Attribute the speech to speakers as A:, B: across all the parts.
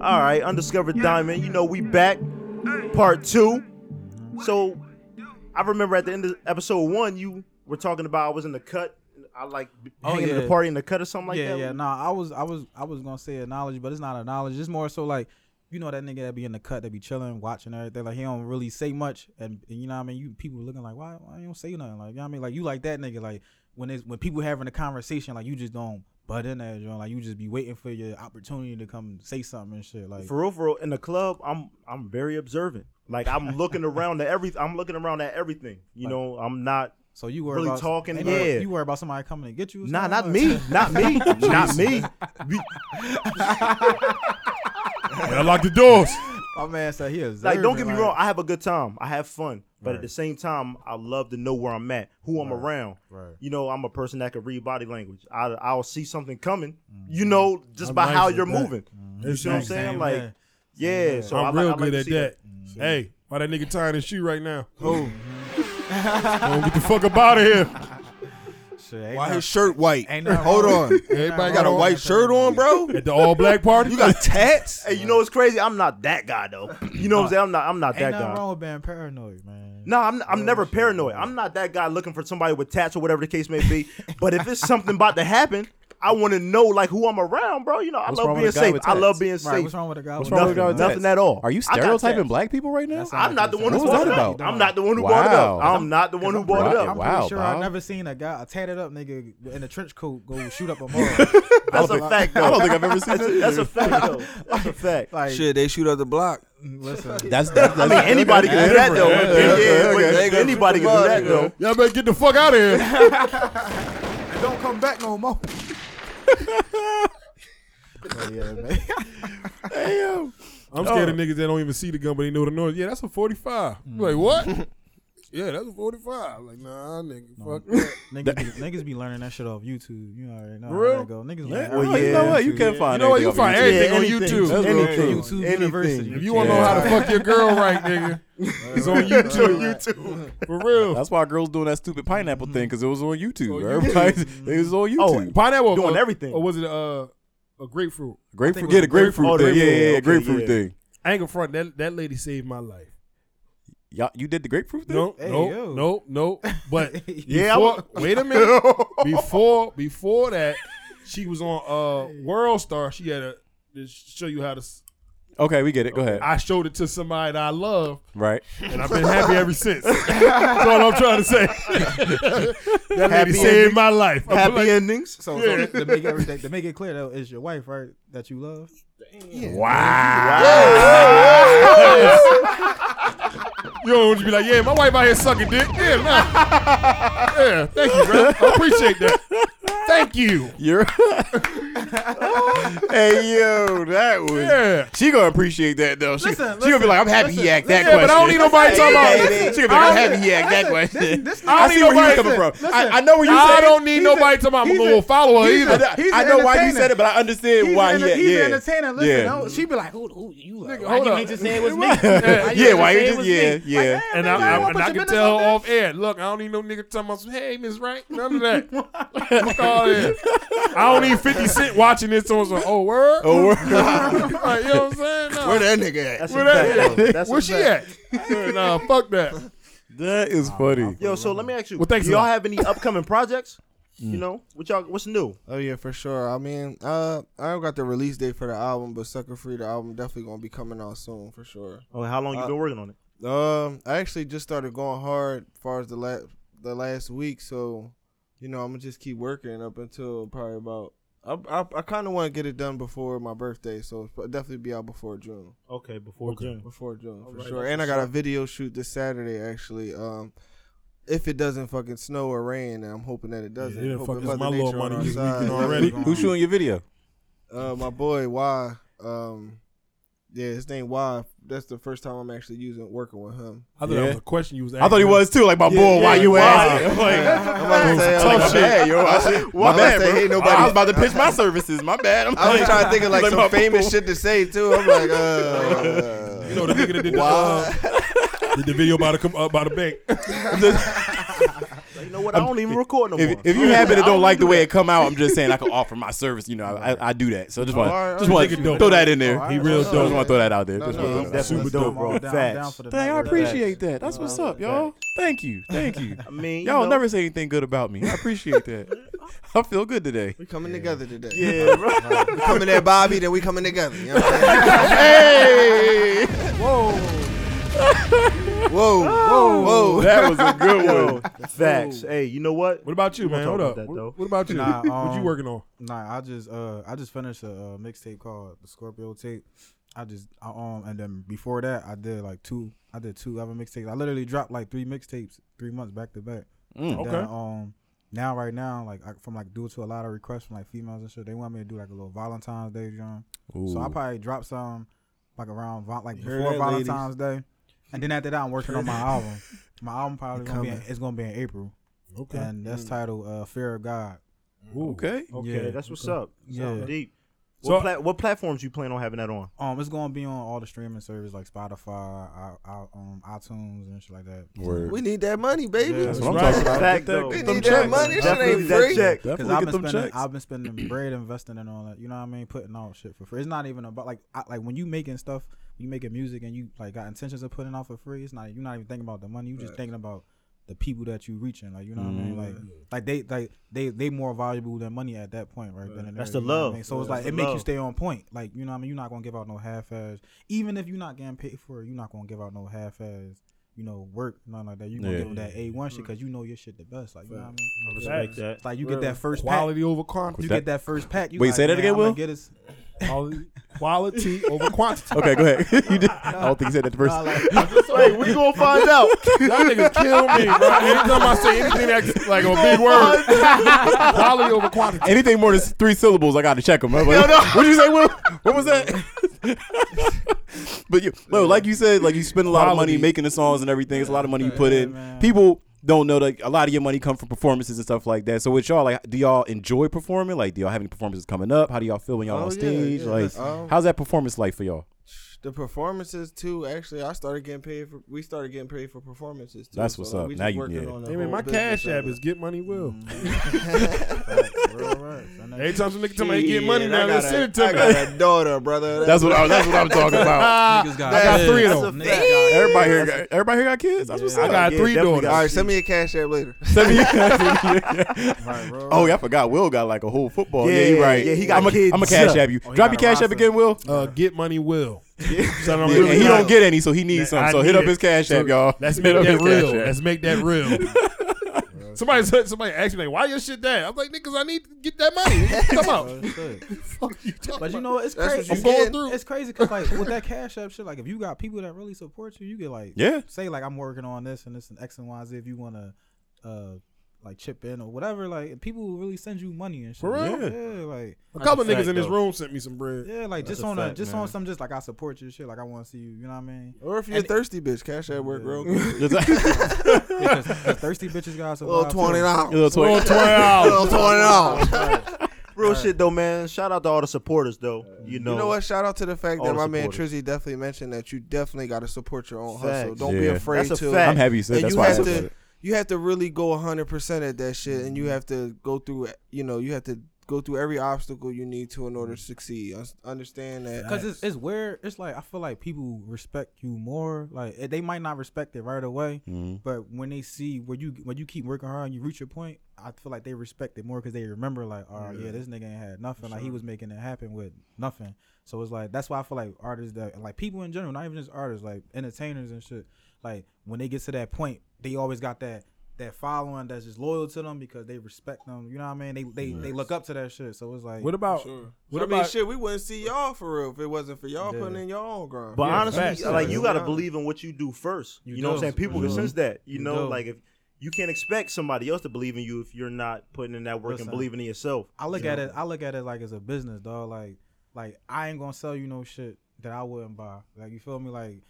A: All right, Undiscovered Diamond. You know, we back. Part two. So, I remember at the end of episode one, you were talking about I was in the cut. I like
B: Oh,
A: hanging at the
B: yeah.
A: party in the cut or something like
B: yeah,
A: that.
B: yeah. Nah, I was, I was, I was gonna say a knowledge, but it's not a knowledge. It's more so like, you know, that nigga that be in the cut, that be chilling, watching everything. Like he don't really say much, and, and you know what I mean. You people looking like, why, why you don't say nothing? Like, you know what I mean, like you like that nigga. Like when it's when people having a conversation, like you just don't butt in there, joint. Like you just be waiting for your opportunity to come say something and shit. Like,
A: For real, for real, in the club, I'm I'm very observant. Like I'm looking around at every, I'm looking around at everything. You know, I'm not.
B: so you were
A: really
B: about,
A: talking,
B: ain't no-
A: yeah.
B: You worry about somebody coming to get you. or
A: Nah,
B: something?
A: not me, not me, not me. We-
C: I lock the doors.
B: My man said he is
A: like, don't get me wrong, I have a good time, I have fun, but at the same time, I love to know where I'm at, who I'm around.
B: Right.
A: You know, I'm a person that can read body language. I I'll see something coming. You know, just by
C: nice
A: how
C: at
A: you're
C: that.
A: moving. You see what I'm
C: nice.
A: saying?
B: Same
A: Like,
B: here.
A: yeah. So I
C: I'm
A: like- I
C: real
A: like
C: good
A: to
C: at
A: see
C: that. Mm-hmm.
A: that.
C: Hey, why that nigga tying his shoe right now?
B: Oh
C: Don't get the fuck up out of here.
B: shit! ain't
D: Why
B: no-
D: his shirt white?
B: Ain't nothing
D: Hold
B: wrong.
D: on.
B: Ain't
D: Everybody
B: nothing
D: got a
B: wrong.
D: white shirt on, bro?
C: At the all black party?
D: You got tats?
A: Hey, you know what's crazy? I'm not that guy though. You know what I'm saying? I'm not. I'm not
B: Ain't
A: that
B: nothing
A: guy.
B: wrong with being paranoid, man.
A: No, I'm I'm never paranoid. I'm not that guy looking for somebody with tats or whatever the case may be. but if it's something about to happen, I want to know like who I'm around, bro. You know, I
E: What's
A: love
E: wrong with
A: being
E: a guy
A: safe.
E: with
A: I love
E: tats?
A: being
B: Right,
A: safe.
B: what's wrong with a guy?
E: What's
B: with
A: Nothing,
E: wrong with a guy with
A: nothing
E: tats?
A: at all.
E: Are you
A: I got
E: stereotyping
A: tats.
E: black people right now?
B: That's
A: I'm not the one who
E: What was
A: brought
E: that
A: it up.
E: about?
A: I'm not the one who brought it up.
E: Wow.
A: I'm not the one who brought it
B: I'm
A: up.
E: Wow.
B: pretty sure I've
E: Bob.
B: never seen a guy a tatted up nigga in a trench coat go shoot up a mall.
A: That's a fact, though.
E: I don't think I've ever seen
A: That's
E: that.
A: a- That's a
E: either.
A: fact, though. That's a fact.
B: like, mm,
D: Shit, they shoot up the block.
B: listen,
E: That's, that's,
A: I
E: that's
A: mean, anybody can do that, though. Yeah,
C: Yeah,
D: okay,
A: but
D: okay.
A: Anybody can do that, though.
C: Y'all better get the fuck out of here.
B: don't come back no more. But yeah, man.
C: I'm scared of niggas that don't even see the gun, but they know the noise. Yeah, that's a 45. You Like, what? yeah, that's a 45. Like, nah, nigga, fuck that.
B: niggas, be, niggas be learning that shit off YouTube. You already know
C: Real?
B: how that go. Niggas learn.
E: well,
B: everything
E: you
B: on
E: know what? You
B: YouTube.
E: can
C: You
E: find
C: know what? You
E: anything
C: find
E: on
C: everything
E: YouTube.
C: on
A: anything.
C: YouTube.
E: That's what I'm
A: Anything.
E: saying.
B: YouTube
A: Anything.
B: University.
C: If you want to know how to fuck your girl right, nigga, it's on YouTube.
A: YouTube.
C: For real.
E: That's why girls doing that stupid pineapple thing because it was on YouTube. Everybody, it was on YouTube.
C: Pineapple.
A: Doing
C: or-
A: everything.
C: Or was it uh, a grapefruit?
E: grapefruit, yeah, the grapefruit
A: Oh, the
E: thing. Yeah,
A: grapefruit.
E: yeah, yeah,
A: Okay,
E: grapefruit
A: yeah.
E: thing.
C: I ain't gonna front. That, that lady saved my life.
E: Y'all, you did the grapefruit thing.
C: No,
B: Hey,
C: no,
B: yo.
C: no, no. But
A: Yeah, I
C: before, wait a minute. before before that, she was on uh World Star. She had a to show you how to. s-
E: Okay, we get it. Go ahead.
C: I showed it to somebody that I love,
E: Right.
C: and I've been happy ever since. That's all I'm trying to say. that
A: Happy
C: lady saved
A: ending.
C: my life. I'm
A: Happy
C: like,
A: endings.
B: So, so to make everything to make it clear though, it's your wife, right? That you love.
C: You don't want to be like, yeah, my wife out here sucking dick. Yeah, nah. yeah, thank you, bro. I appreciate that. Thank you.
E: You're. hey yo, that was.
C: Yeah.
E: She gonna appreciate that though. She,
B: Listen,
E: she gonna be like, I'm happy he asked that
C: Yeah,
E: question.
C: but I don't need nobody talking about
E: She gonna be like, I'm happy he asked that question.
B: this
C: nigga-
E: I, see where
C: I
E: he's
C: don't need
E: coming from. I, I know where you
C: I
E: said.
C: don't need nobody talking about I'm
B: he's
C: gonna
B: a-
C: go follow her
B: he's a-
C: either.
B: He's
E: I
B: an
E: know why you
B: entertainer.
E: said it, but I understand
B: He's,
E: why.
B: an,
E: yeah,
B: he's
E: yeah.
B: an entertainer. Listen,
E: Yeah.
B: don't- she be like, who, who you? Like,
C: Nigga,
B: why
C: hold
B: you
C: up.
B: ain't just say it was me?
C: Yeah.
E: Yeah,
B: say
E: why you
B: it
E: just
B: was
E: yeah,
B: me?
E: yeah.
B: Like,
C: And
B: man,
C: I,
B: you
C: I,
B: wanna
C: and
B: put your
C: I can
B: business
C: tell
B: out there?
C: off air. Look, I don't need no nigga talking about some, hey, Miss Right, none of that. Fuck all that. I don't need 50 Cent watching this on some, oh, word?
E: Oh, we're-
C: Like, you know what I'm saying? No.
D: Where that nigga at?
A: That's a
C: Where that
A: fact, though.
C: at?
A: That's a
C: Where she
A: fact.
C: at? Nah, fuck that.
E: that is funny.
A: Yo, so let me ask you.
C: Well, thanks
A: do
C: a
A: y'all
C: lot. Mm.
A: have any upcoming projects? You know, what y'all, what's new?
D: Oh yeah, for sure. I mean, uh, I don't got the release date for the album, but Sucker Free, the album definitely gonna be coming out soon for sure.
A: Oh, how long you
D: Uh,
A: been working on it?
D: Um, I actually just started going hard as far as the last the last week, so you know I'm gonna just keep working up until probably about. I I, I kind of want to get it done before my birthday, so it'll definitely be out before June.
A: Okay, before June.
D: Before June, for
A: Alright,
D: sure.
A: that's
D: And I
A: what's
D: got a video shoot this Saturday actually. Um, if it doesn't fucking snow or rain, and I'm hoping that it doesn't.
C: Yeah,
D: Hoping
C: fuck, it's
D: Mother
C: my little
D: Nature on
C: money
D: our
C: this
D: side.
C: weekend
E: Who,
C: already.
E: who's shooting your video?
D: Uh, my boy Y. Um, yeah, his name Y. That's the first time I'm actually using working with him.
C: I thought
E: Yeah.
C: that was a question you was asking.
E: I thought he was too. Like my boy, why you
C: why?
E: asking? Like,
D: I'm about to say, I'm
E: tough
D: like,
E: shit.
D: my bad,
E: yo. I, my
D: My
E: bad,
D: bad,
E: bro.
D: ain't nobody-
E: I was about to pitch my services. My bad. I'm
D: I was trying to think of like,
E: Like my
D: some famous
E: boy.
D: shit to say too. I'm like, uh,
C: You know, the nigga that did the,
D: Wow.
C: uh, did the video about the, com- uh, by the bank.
A: you know what? I don't even record no more.
E: If, if you happen to don't like the way it come out, I'm just saying I can offer my service. You know, I, I, I do that. So I just want,
D: Alright,
E: just
D: alright.
E: want to throw that in there.
B: Alright,
C: He real
E: So I just
C: dope.
E: want to throw that out there.
D: No,
E: Just
D: no,
E: wanna-
D: I'm
E: Super
A: definitely
E: dope.
A: dope, bro.
B: I'm down- down
A: Facts.
B: for the
E: Dang, I
B: network.
E: appreciate that. That's what's up, y'all. Thank you, thank you.
A: I mean, you
E: Y'all
A: know,
E: never say anything good about me. I appreciate that. I feel good today.
D: We coming together today. Uh,
E: Yeah, bro.
D: We coming at Bobby, then we coming together. You know what I'm
E: hey,
D: saying? Whoa, whoa, whoa.
E: that was a good one.
A: Facts. Hey, you know what?
C: What about you,
A: We'll
C: man?
A: talk
C: Hold
A: about
C: up.
A: that, though.
C: what, what about you?
B: Nah,
C: what you
B: um,
C: working on?
B: Nah, I just uh I just finished a, uh mixtape called the Scorpio tape. I just I, um and then before that I did like two I did two other mixtapes. I literally dropped like three mixtapes three months back to back.
E: Mm,
B: And
C: okay.
B: Then, um, now right now like I, from like due to a lot of requests from like females and shit, they want me to do like a little Valentine's Day drum. So I probably drop some like around val- like
D: heard
B: before
D: that, ladies.
B: Valentine's Day, and then after that I'm working on my album. My album probably gonna be in, it's gonna be in April,
C: Okay.
B: and that's titled uh, "Fear of God."
C: Ooh.
E: Okay.
A: Okay,
B: Yeah.
A: that's what's up.
B: Yeah.
A: Sound deep. What,
C: So-
A: plat- what platforms you plan on having that on?
B: Um, it's gonna be on all the streaming services like Spotify, I, I, um, iTunes, and shit like that.
E: Word.
D: We need that money, baby.
C: That's
E: That's what I'm
C: right.
E: talking about.
A: Fact,
E: Get that-
A: though.
E: get
D: We
E: them
D: need that
E: checks.
D: money. This shit
A: Definitely
D: ain't
A: that
D: free.
A: check.
B: Because
E: Definitely
B: I've
E: get
B: been
E: them
B: spending,
E: checks.
B: I've been spending bread investing and all that. You know what I mean? Putting out shit for free. It's not even about like, I, like when you making stuff, you making music, and you like got intentions of putting out for free. It's not you're not even thinking about the money. You just thinking about the people that you reaching. Like you know what I mean? Like,
E: Mm-hmm.
B: like they like they they more valuable than money at that point, right? Then and
A: That's
B: there,
A: the
B: you know what I
A: love.
B: mean? So it's
A: That's
B: like
A: the
B: it makes you
A: love.
B: stay on point. Like you know what I mean? You're not gonna give out no half ass. Even if you're not getting paid for it, you're not gonna give out no half ass. You know, work nothing like that. You gonna
E: Yeah.
B: give them that A
A: Mm-hmm.
B: one shit because you know your shit the best. Like you know what I mean?
A: Respect that.
B: It's like you get that first pack.
C: Quality over quantity.
B: You
E: That-
B: get that first pack. You
E: Wait,
B: like,
E: say that
B: "Man,
E: again,
B: I'm gonna
E: Will?"
B: Get his,
C: Quality, quality over quantity.
E: Okay, go ahead. you did. I don't think you said that the first.
B: nah, like,
A: Hey, we gonna find out.
C: Y'all niggas kill me, bro. Anytime I say anything that's like a big word, quality over quantity.
E: Anything more than three syllables, I got to check them. Like, What'd you say, Will? What was that? but you, no, like you said, like you spend a lot of money
C: Quality.
E: making the songs and everything. It's a lot of money you put
B: Yeah,
E: in.
B: man.
E: People don't know that a lot of your money come from performances and stuff like that. So with y'all, like, do y'all enjoy performing? Like, do y'all have any performances coming up? How do y'all feel when y'all
D: Oh,
E: on
D: yeah,
E: stage?
D: yeah.
E: Like,
D: Listen. Um,
E: how's that performance like for y'all?
D: The performances too. Actually, I started getting paid for. We started getting paid for performances too.
E: That's what's
D: like,
E: up.
D: we
E: Now
D: just
E: you-
D: working
E: yeah.
D: on the
C: Hey, man,
D: whole
C: my
D: business
C: cash app
D: of it.
C: is get money will.
B: real rap. I know.
C: Anytime some nigga tell me they get
D: Shit,
C: money
D: I
C: now, they
D: got
C: send it
D: a-
C: to
D: I
C: me.
D: got a daughter, brother.
E: That's what I, that's what I'm talking about.
B: Niggas got
C: I got
B: kids.
C: three of
B: Niggas
C: them.
B: got kids.
E: Everybody here, got, everybody here got kids. That's what's
B: Yeah.
E: up.
C: I got
A: Yeah,
C: three
A: definitely
C: daughters.
A: got-
D: All right, send me a cash app later.
E: Seven years.
B: Right, real
E: Oh
B: rap.
E: yeah, I forgot. Will got like a whole football. Yeah,
A: Yeah,
E: you right.
A: yeah, he got
E: I'm a,
A: kids.
E: I'm a cash app you.
B: Oh, he
E: Drop your
B: got a
E: cash app
B: roster.
E: again, Will.
C: Uh, get money will. Son, I'm
E: Yeah,
C: really
E: and he
C: proud.
E: don't get any, so he needs some.
C: I
E: So hit
C: need
E: up
C: it.
E: his cash app,
C: So
E: y'all.
C: Let's
E: Hit
C: make
E: up
C: that
E: his
C: real.
E: Cash
C: Let's make that real. somebody said- somebody asked me like, why your shit that? I'm like, niggas, I need to get that money. Come
B: Oh,
C: on.
B: shit.
C: Fuck you talking
B: But you
C: about?
B: know what? It's
D: That's what
B: crazy.
D: you
C: I'm going
D: get.
C: through.
B: It's crazy because like with that cash app shit, like if you got people that really support you, you get like
E: Yeah.
B: say like I'm working on this and this and X and Y Z. If you wanna uh like chip in or whatever, like people will really send you money and shit.
C: For real?
B: Yeah, yeah, like
C: A couple
A: That's a
C: niggas in this
A: fact,
C: room sent me some bread.
B: yeah, like
A: That's
B: just
A: a
B: on a
A: fact,
B: just
A: man.
B: on some just like I support you shit. Like I want to see you. You know what I mean?
D: Or if you're
B: And-
D: thirsty, bitch, cash app work real good.
E: app.
B: Because thirsty bitches got some
D: Little twenty dollars.
E: Little twin.
D: Little twenty dollars.
A: Real shit though, man. Shout out to all the supporters though. You know,
D: You know what? Shout out to the fact
A: All
D: that
A: the
D: my man
A: supporters.
D: Trizzy definitely mentioned that you definitely got to support your own hustle.
A: Facts.
D: Don't be
E: Yeah.
D: afraid
A: That's a
D: to.
A: fact.
E: I'm happy you said.
D: And
E: That's
D: you
E: why I
D: have
E: said
D: to,
E: that.
D: you have to really go 100% at that shit, and you have to go through. You know, you have to go through every obstacle you need to in order to succeed. Un- Understand that.
B: Cause it's, it's weird. It's like I feel like people respect you more. Like eh, they might not respect it right away, but when they see where you when you keep working hard and you reach your point, I feel like they respect it more because they remember like, oh yeah. this nigga ain't had nothing. Like he was making it happen with nothing. So it's like that's why I feel like artists that like people in general, not even just artists, like entertainers and shit. Like when they get to that point, they always got that that following that's just loyal to them because they respect them. You know what I mean? They they, they look up to that shit. So it's like
C: What about? What
D: I mean,
C: about?
D: shit, we wouldn't see y'all for real if it wasn't for y'all
B: Yeah.
D: putting in your own grind.
A: But
C: Yeah,
A: honestly,
C: facts,
A: like
D: yeah.
A: you gotta
D: Yeah.
A: believe in what you do first. You,
B: You
A: know what I'm
B: do.
A: saying? People can
B: Mhm.
A: sense that. You,
B: You
A: know,
B: do.
A: like if you can't expect somebody else to believe in you if you're not putting in that work
B: Listen.
A: and believing in yourself.
B: I look
A: you
B: at
A: know?
B: it. I look at it like it's a business, dog. Like, like I ain't gonna sell you no shit that I wouldn't buy. Like, you feel me? Like,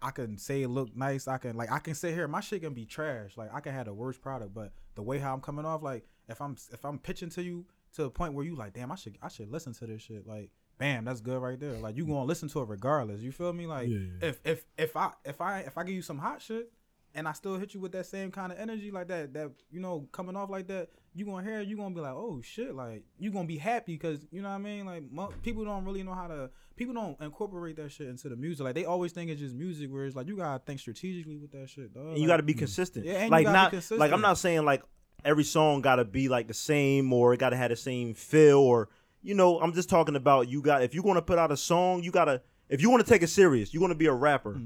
B: I can say it look nice. I can like I can sit here. My shit can be trash. Like I can have the worst product, but the way how I'm coming off, like if I'm if I'm pitching to you to a point where you like, damn, I should I should listen to this shit. Like, bam, that's good right there. Like you gonna listen to it regardless. You feel me? Like
C: Yeah, yeah.
B: if if if I if I if I give you some hot shit and I still hit you with that same kind of energy like that, that you know, coming off like that, you gonna hear, it, you gonna be like, oh shit, like you gonna be happy because you know what I mean. Like mo- people don't really know how to, people don't incorporate that shit into the music. Like they always think it's just music, where it's like you gotta think strategically with that shit, dog.
A: And you got to be consistent.
B: mm. Yeah, and you
A: like
B: gotta
A: not like I'm
B: be consistent.
A: not saying like every song got to be like the same or it got to have the same feel or you know I'm just talking about you got if you're going to put out a song you got to if you want to take it serious you want to be a rapper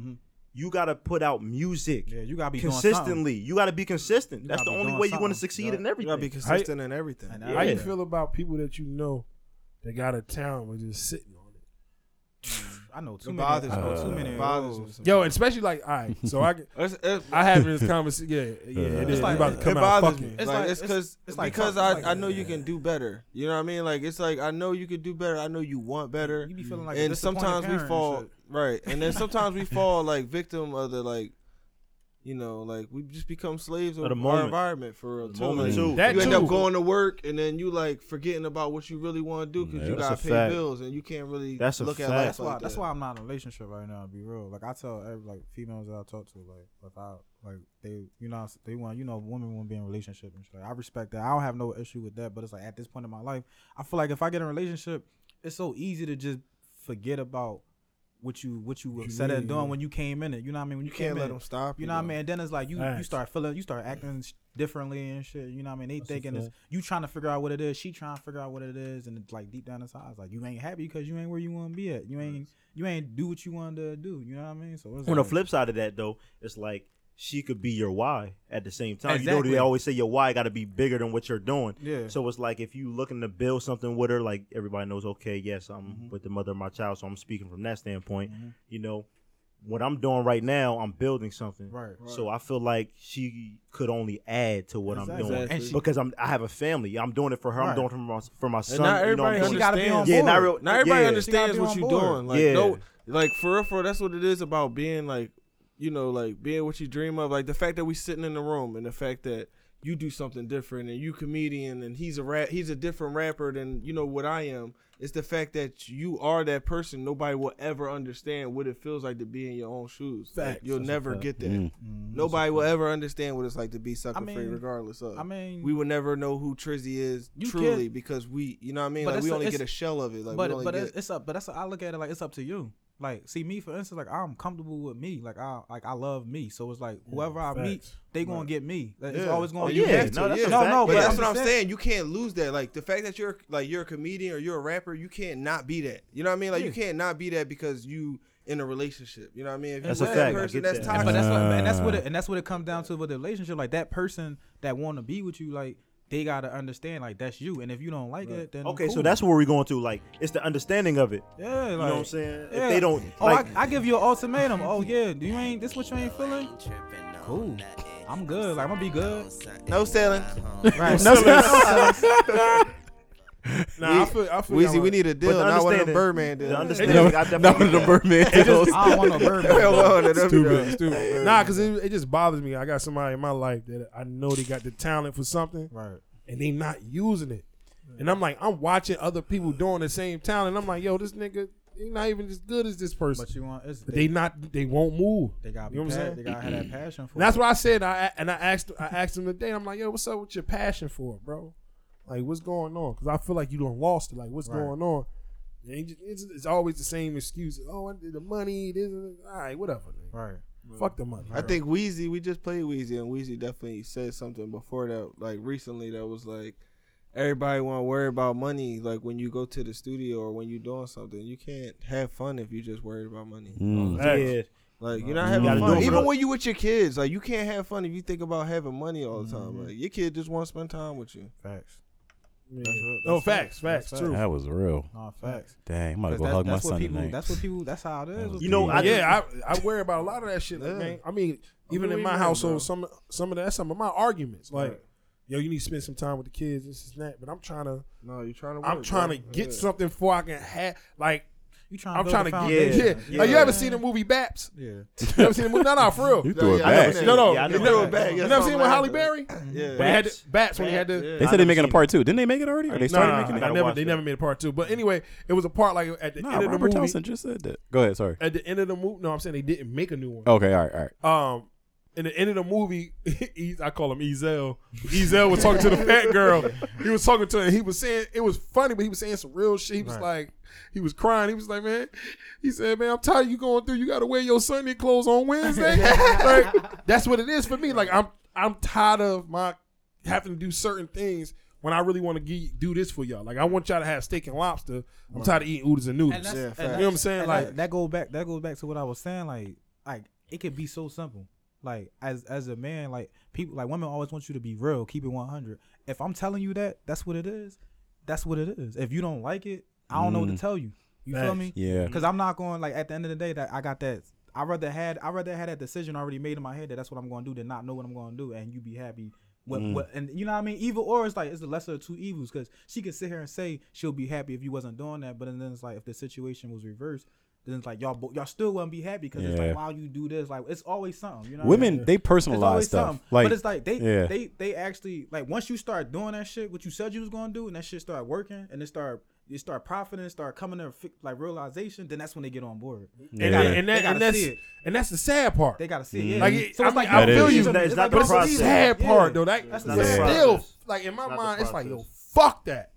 A: you got to put out music
B: Mm-hmm. yeah, you gotta be doing something.
A: consistently you got to be consistent that's the
B: gotta be
A: only
B: doing
A: way you're going to
B: something,
A: succeed
B: yeah.
A: in everything
D: gotta be consistent in everything.
B: And
C: How
B: I-
C: you
A: Yeah.
C: feel about people that you know that got a talent but just sitting on it?
B: I know too
D: It
B: many,
D: bothers
B: I know
D: me.
B: too many.
D: It
B: of
D: bothers
B: those.
D: me. sometimes.
C: Yo, and especially like, all right, so I,
D: It's- it's-
C: I have this conversation. Yeah, yeah, it
B: It's
C: is.
B: like-
C: you about to
D: it
C: come out.
D: bothers
C: Fuck
D: me.
C: it.
D: It's
B: like-
D: like it's
B: it's-
D: because
B: it's like
D: because
B: fuck-
D: I,
B: it's like-
D: I know you can do better. You know what I mean? Like it's like I know you can do better. I know you want better.
B: You be feeling like a
D: and
B: disappointed
D: sometimes we
B: parent and
D: fall
B: shit.
D: right, and then sometimes we fall like victim of the like, you know, like we just become slaves of,
A: the
D: our
A: moment.
D: environment for real. Too.
A: moment
D: Like,
A: too.
C: That
D: you end
C: too.
D: up going to work and then you like forgetting about what you really want to do because
E: Yeah.
D: you
A: Mm, That's
D: gotta
A: a
D: pay
A: fact.
D: bills and you can't really
A: That's a
D: look at
A: fact.
D: life.
B: That's why.
D: like
B: That's
D: that.
B: why I'm not in a relationship right now. To be real, like I tell every, like females that I talk to, like if I like they, you know, they want, you know, women want to be in a relationship and shit. Like, I respect that. I don't have no issue with that. But it's like at this point in my life, I feel like if I get in a relationship, it's so easy to just forget about what you what you were set at doing when you came in it. You know what I mean? When you,
D: You can't
B: came in.
D: let them stop.
B: You know what I mean? And then it's like you, you
C: Facts.
B: start feeling, you start acting sh- differently and shit. You know what I mean? They
E: a
B: thinking it's you trying to figure out what it is. She trying to figure out what it is, and it's like deep down inside, it's like you ain't happy because you ain't where you want to be at. You ain't you ain't do what you wanted to do. You know what I mean? So it's
A: on the
B: like,
A: flip side of that though it's like she could be your why at the same time you know
B: Exactly.
A: they always say your why got to be bigger than what you're doing
B: Yeah.
A: so it's like if you looking to build something with her like everybody knows okay yes i'm
B: Mm-hmm.
A: with the mother of my child so i'm speaking from that standpoint you know what i'm doing right now i'm building something
B: Right. Right.
A: so i feel like she could only add to what i'm doing
D: Exactly.
B: And she-
A: because i'm i have a family i'm doing it for her i'm
B: Right.
A: doing it for my, for my son
D: not
A: you know, I'm
D: everybody
A: doing
B: she
A: it-
B: gotta be on
D: understands-
B: board.
A: yeah not real
D: Not everybody
A: yeah.
D: understands
B: be
D: what
B: on
D: you're
B: board.
D: doing. Like
A: Yeah.
D: no, like for real, for real, that's what it is about being like, you know, like being what you dream of. Like the fact that we sitting in the room and the fact that you do something different and you comedian and he's a rap, he's a different rapper than you know what I am. It's the fact that you are that person. Nobody will ever understand what it feels like to be in your own shoes. Like,
C: Facts.
D: you'll
C: That's a
D: never
C: fact.
D: get that.
A: Mm.
B: Mm.
D: Nobody will ever understand what it's like to be sucker
B: I
D: free,
B: mean-
D: regardless of.
B: I mean,
D: we will never know who Trizzy is
B: You
D: truly
B: can't-
D: because we, you know what I mean.
B: But
D: Like we
B: it's a-
D: only
B: it's-
D: get a shell of it. Like we
B: but
D: only
B: but
D: get,
B: it's, it's up. But that's I look at it like it's up to you. Like see me for instance, like I'm comfortable with me. Like I like I love me. So it's like whoever I meet,
C: facts.
B: they gonna get me. Like, It's
D: Yeah.
B: always gonna
A: Oh,
B: be
A: yeah.
B: me.
A: have to, No, that's yeah. a
B: no,
A: fact.
B: no.
D: But
B: But
D: that's what I'm
B: saying.
D: saying. You can't lose that. Like the fact that you're like you're a comedian or you're a rapper, you can't not be that. You know what I mean? Like you
B: Yeah.
D: can't not be that because you in a relationship. You know what I mean? If you
A: That's
D: with
A: a
D: that
A: fact. I
D: person
A: get
D: that's
A: that.
D: toxic,
B: But that's what, and that's what it, and that's what it comes down to with the relationship. Like that person that want to be with you, like they gotta understand, like that's you. And if you don't like it, then
A: okay so
B: cool.
A: that's where we're going to like it's the understanding of it
B: yeah. Like,
A: you know what i'm saying
B: yeah.
A: if they don't
B: oh,
A: like
B: I, I give you an ultimatum. Oh yeah, you ain't this what you ain't feeling? Cool, I'm good. Like I'm gonna be good.
D: no selling.
B: Right.
C: Nah, I feel, I feel
D: Weezy,
C: y'all
D: we
C: right.
D: need a deal,
A: the
D: not one of
A: understanding-
D: them Birdman
A: the
D: deals.
A: understanding-
E: No,
A: I definitely-
E: not with the Birdman. deals.
B: I don't want no bird. man.
D: Well, that- that'd be
C: stupid,
D: the-
C: stupid. Nah, because it, it just bothers me. I got somebody in my life that I know they got the talent for something,
B: right.
C: and they not using it. And I'm like, I'm watching other people doing the same talent. I'm like, yo, this nigga, he not even as good as this person.
B: But you want it's,
C: But
B: they,
C: they not, they won't move.
B: they gotta be
C: You know what I'm
B: pa-
C: saying?
B: they gotta have that passion for.
C: And that's
B: it.
C: what I said. I and I asked, I asked him today. and I'm like, yo, what's up with your passion for it, bro? Like, what's going on? Because I feel like you done lost it. Like, what's
B: Right.
C: going on? It ain't just- It's, it's always the same excuses. Oh, I did the money. This, and that. all right, whatever. nigga.
B: right.
C: Fuck the money.
D: I think Wheezy, we just played Wheezy, and Wheezy definitely said something before that, like recently, that was like, everybody want to worry about money, like when you go to the studio or when you're doing something. You can't have fun if you just worried about money.
C: Mm.
A: yeah
D: Like you're
A: gotta
D: not having
A: do it
D: fun.
A: for
D: Even
A: the-
D: when you with your kids, like you can't have fun if you think about having money all the
A: Mm-hmm.
D: time. Like your kid just want to spend time with you.
B: Facts.
C: Yeah.
B: That's what-
C: no
B: that's
C: facts,
B: facts.
C: facts,
B: That's
C: true.
E: That was real.
B: No facts.
E: Dang, I'm about to
B: 'Cause
E: go
B: that's-
E: hug my
B: that's what
E: son
B: people,
E: tonight.
B: That's what people. That's how it
E: That
B: is.
E: was
B: with
A: You know,
E: deep.
A: I-
C: yeah, I, I worry about a lot of that shit. Like,
D: Yeah.
C: man, I mean, even
D: what
C: in
D: you
C: my
D: mean,
C: household,
D: bro?
C: some some of that, some of my arguments, like,
D: Right.
C: yo, you need to spend some time with the kids, this is that. But I'm trying to,
D: No, you're trying to.
C: I'm trying to get something before I can have, like,
B: You trying?
C: I'm trying to get,
A: foundation.
C: yeah.
A: Yeah.
C: Like, you ever seen the movie Baps?
B: Yeah.
C: You ever seen the movie? No, no, for
E: You
C: real.
E: threw it
D: yeah, I never
E: back.
D: seen
C: No, no,
A: Yeah, I
C: you
A: know.
C: never,
D: it back.
C: you
D: That's
C: never
D: what
C: seen
D: I'm
C: with
D: laughing
C: Holly
D: at.
C: Berry?
D: Yeah.
C: They had
A: Bats.
C: the, Bats when he had the.
E: They
D: I
E: said they're
D: never
E: making a
D: seen
E: part two. Didn't they make it already? Or they started
C: Nah,
E: making it?
C: I
A: gotta
C: never,
A: watch
C: they
A: that.
C: never made a part two. But anyway, it was a part like at the
E: Nah,
C: end of the
E: Robert
C: movie.
E: Townsend just said that. Go ahead, sorry.
C: At the end of the movie, no, I'm saying they didn't make a new one.
E: Okay, all right, all right.
C: Um, in the end of the movie, E- I call him Ezel. Ezel was talking to the fat girl. He was talking to her. He was saying it was funny, but he was saying some real shit. He was like, he was crying. He was like, man, he said, man, I'm tired of you going through. You got to wear your Sunday clothes on Wednesday. like that's what it is for me. Like I'm I'm tired of my having to do certain things. When I really want to ge- do this for y'all, like I want y'all to have steak and lobster. I'm tired of eating oodles and noodles.
B: And that's,
D: Yeah,
B: and
D: facts. You
C: know what I'm saying?
B: and
C: Like-
B: that, that goes back. That goes back to what I was saying. Like, like it could be so simple. Like, as as a man, like people, like women always want you to be real, keep it 100. If I'm telling you that, that's what it is. That's what it is. If you don't like it, I don't know what to
E: Mm.
B: tell you. You feel
C: Facts.
B: me?
E: Yeah.
B: Because I'm not going like at the end of the day that I got that. I rather had I rather had that decision already made in my head that that's what I'm going to do than not know what I'm going to do and you be happy. What,
E: Mm.
B: what and you know what I mean? Evil or it's like it's the lesser of two evils because she could sit here and say she'll be happy if you wasn't doing that, but then it's like if the situation was reversed, then it's like y'all bo- y'all still wouldn't be happy because it's
E: Yeah.
B: like why you do this? Like it's always something. You know, what I mean?
E: Women, they
B: Oh, It's
E: personalize
B: always
E: stuff.
B: something.
E: Like,
B: but it's like they
E: yeah.
B: they they actually like once you start doing that shit, what you said you was gonna do, and that shit start working, and it start you start profiting, start coming to fi- like realization, then that's when they get on board. They
E: Yeah.
C: And,
B: gotta,
C: and, that,
B: they gotta
C: and that's
B: see it.
C: and that's the sad part.
B: They gotta see it. Yeah.
C: Like, it- I mean, I
B: y'all
E: feel
B: believe
E: you.
B: them.
A: It's not the
B: y'all
C: But
B: believe
C: it's the
A: process.
B: them.
C: sad
B: Yeah.
C: part though. That,
B: That's
C: that's
B: the
E: Yeah.
B: sad
C: still
A: process.
C: like in my
A: It's not the
C: mind, it's like yo,
A: process.
C: fuck that.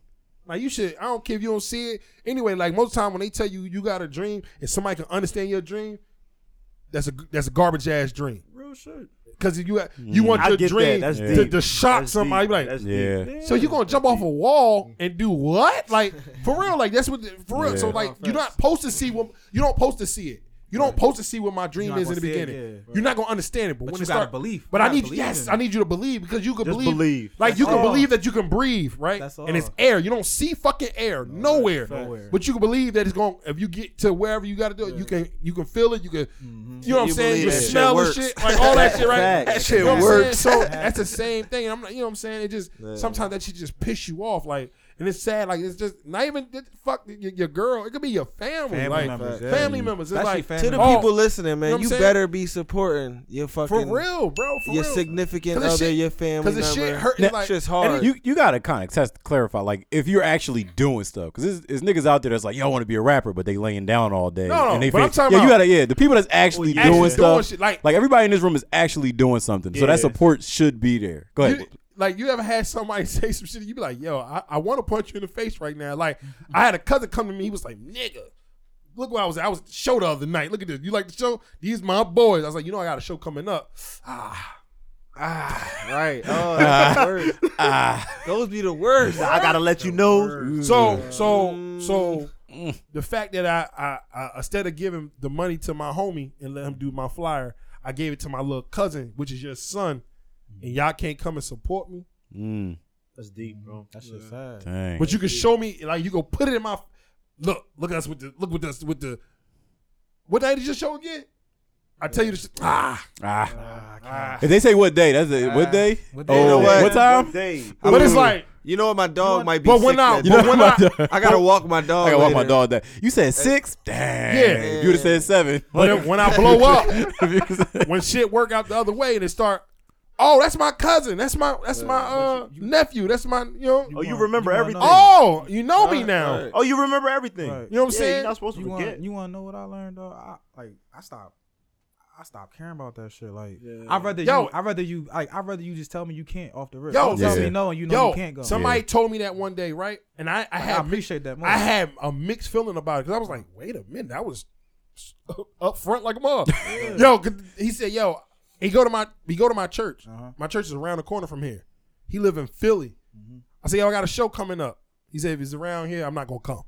C: Like you should. I don't care if you don't see it anyway. Like most time when they tell you you got a dream and somebody can understand your dream, that's a that's a garbage ass dream.
B: Real shit.
C: Because you you want
A: Mm. I
C: your
A: get that.
C: dream
A: That's
C: to,
A: deep.
C: to shock
A: That's
C: somebody.
A: deep.
C: Like
A: That's
E: yeah.
A: deep.
C: so you gonna jump off a wall and do what? Like for real? Like that's what the- for real?
E: Yeah.
C: So like
D: Oh,
C: you're not
D: facts.
C: supposed to see what you don't supposed to see it. You don't supposed to see what my dream
B: You're not
C: is in the
B: gonna see it,
C: beginning.
B: yeah.
C: You're not gonna understand it, but,
B: But
C: when
B: you
C: it
B: gotta
C: start,
B: believe.
C: But
B: You
C: I
B: gotta
C: need
B: believe
C: yes,
B: in
C: I
B: it.
C: need you to believe because you can
A: Just
C: believe.
A: believe.
C: Like you
B: That's
C: can
B: all.
C: believe that you can breathe, right?
B: That's
C: And it's
B: all.
C: air. You don't see fucking air nowhere,
B: Nowhere.
C: but you can believe that it's going. to If you get to wherever you got to do it, you can you can feel it. You can,
B: Mm-hmm.
C: you know what I'm
D: You
C: saying?
D: believe
C: You
D: that shit
C: smell the
D: works.
C: shit, like all that shit, right?
A: Facts.
D: That shit
C: You know what I'm
D: works.
C: saying? So that's the same thing. I'm not, you know what I'm saying? It just sometimes that shit just piss you off, like, and it's sad. Like it's just not even it- fuck your, your girl. It could be your family,
B: Family
C: like
B: members, yeah.
C: family members. It's
B: Especially
C: like
B: family
D: To the
C: oh,
D: people listening,
C: You know
D: man,
C: what
D: you
C: I'm saying?
D: better be supporting your
C: oh, for
D: fucking
C: real, bro. For
D: your
C: real.
D: significant
C: 'Cause the
D: other,
C: shit-
D: your family
C: the
D: member.
C: shit hurt.
D: That
C: like,
D: shit's
C: and it-
D: hard.
E: You you gotta kind of test clarify like if you're actually doing stuff because there's, there's niggas out there that's like yo I want to be a rapper but they laying down all day
C: No, no,
E: and they
C: but I'm
E: fake-
C: talking
E: yeah you
C: about-
E: gotta yeah the people that's actually
C: actually
E: doing
C: doing
E: stuff
C: shit, like-
E: everybody in this room is actually doing something so that
A: Yeah.
E: support should be there go ahead
C: You, like you ever had somebody say some shit, you be like, "Yo, I, I want to punch you in the face right now." Like I had a cousin come to me, he was like, "Nigga, look where I was. At. I was at the show the other night. Look at this. You like the show? These my boys." I was like, "You know, I got a show coming up." Ah, ah.
D: right. Oh, that's the worst.
E: ah
D: Those be the worst.
A: I gotta let you know.
C: So so so the fact that I, I I instead of giving the money to my homie and let him do my flyer, I gave it to my little cousin, which is your son, and y'all can't come and support me.
E: mm,
A: That's deep, bro.
B: That shit's sad.
E: dang
C: But you can show me, like you go put it in my look. Look at us with the look with us with the what day did your show again? I tell you this. Ah,
E: ah
C: ah.
E: if they say what day that's it what day
B: what day?
E: oh
B: You know
E: what?
D: what?
E: time
A: Day.
C: but it's
D: Ooh.
C: like,
D: You know what my dog might be.
C: but when
D: sick
C: I,
D: that
E: You
C: but
E: know
C: when
E: what
C: I,
E: I'm
D: I gotta walk my dog.
E: I gotta walk my
D: later.
E: dog that you said six dang
C: Yeah.
E: if you would have said seven
C: when, when I blow up,
E: If you said-
C: when shit work out the other way and it start. Oh, that's my cousin. That's my that's my uh, nephew. That's my you know.
A: Oh, you
B: want-
A: remember
B: you wanna
A: everything.
B: know that.
A: Oh,
C: Oh, you know me
D: Right,
C: now.
D: right.
A: you remember everything.
B: Right.
C: You know what I'm
A: Yeah,
C: saying?
A: You're not supposed to
B: You
A: forget.
B: want you want to know what I learned though? I like I stopped. I stopped caring about that shit. Like I rather
C: Yo.
B: you, I rather you, like I rather you just tell me you can't off the rip.
C: Yo,
B: Yo, tell
E: yeah.
B: me no, and you know
C: Yo,
B: you can't go.
C: somebody told me that one day, right? And I I
B: Like,
C: had
B: I appreciate that. More.
C: I had a mixed feeling about it because I was like, wait a minute, I was up front like a mug. yo, 'cause he said, yo, he go to my he go to my church.
B: Uh-huh.
C: My church is around the corner from here. He live in Philly. I said, yo, I got a show coming up. He said, if it's around here, I'm not gonna come.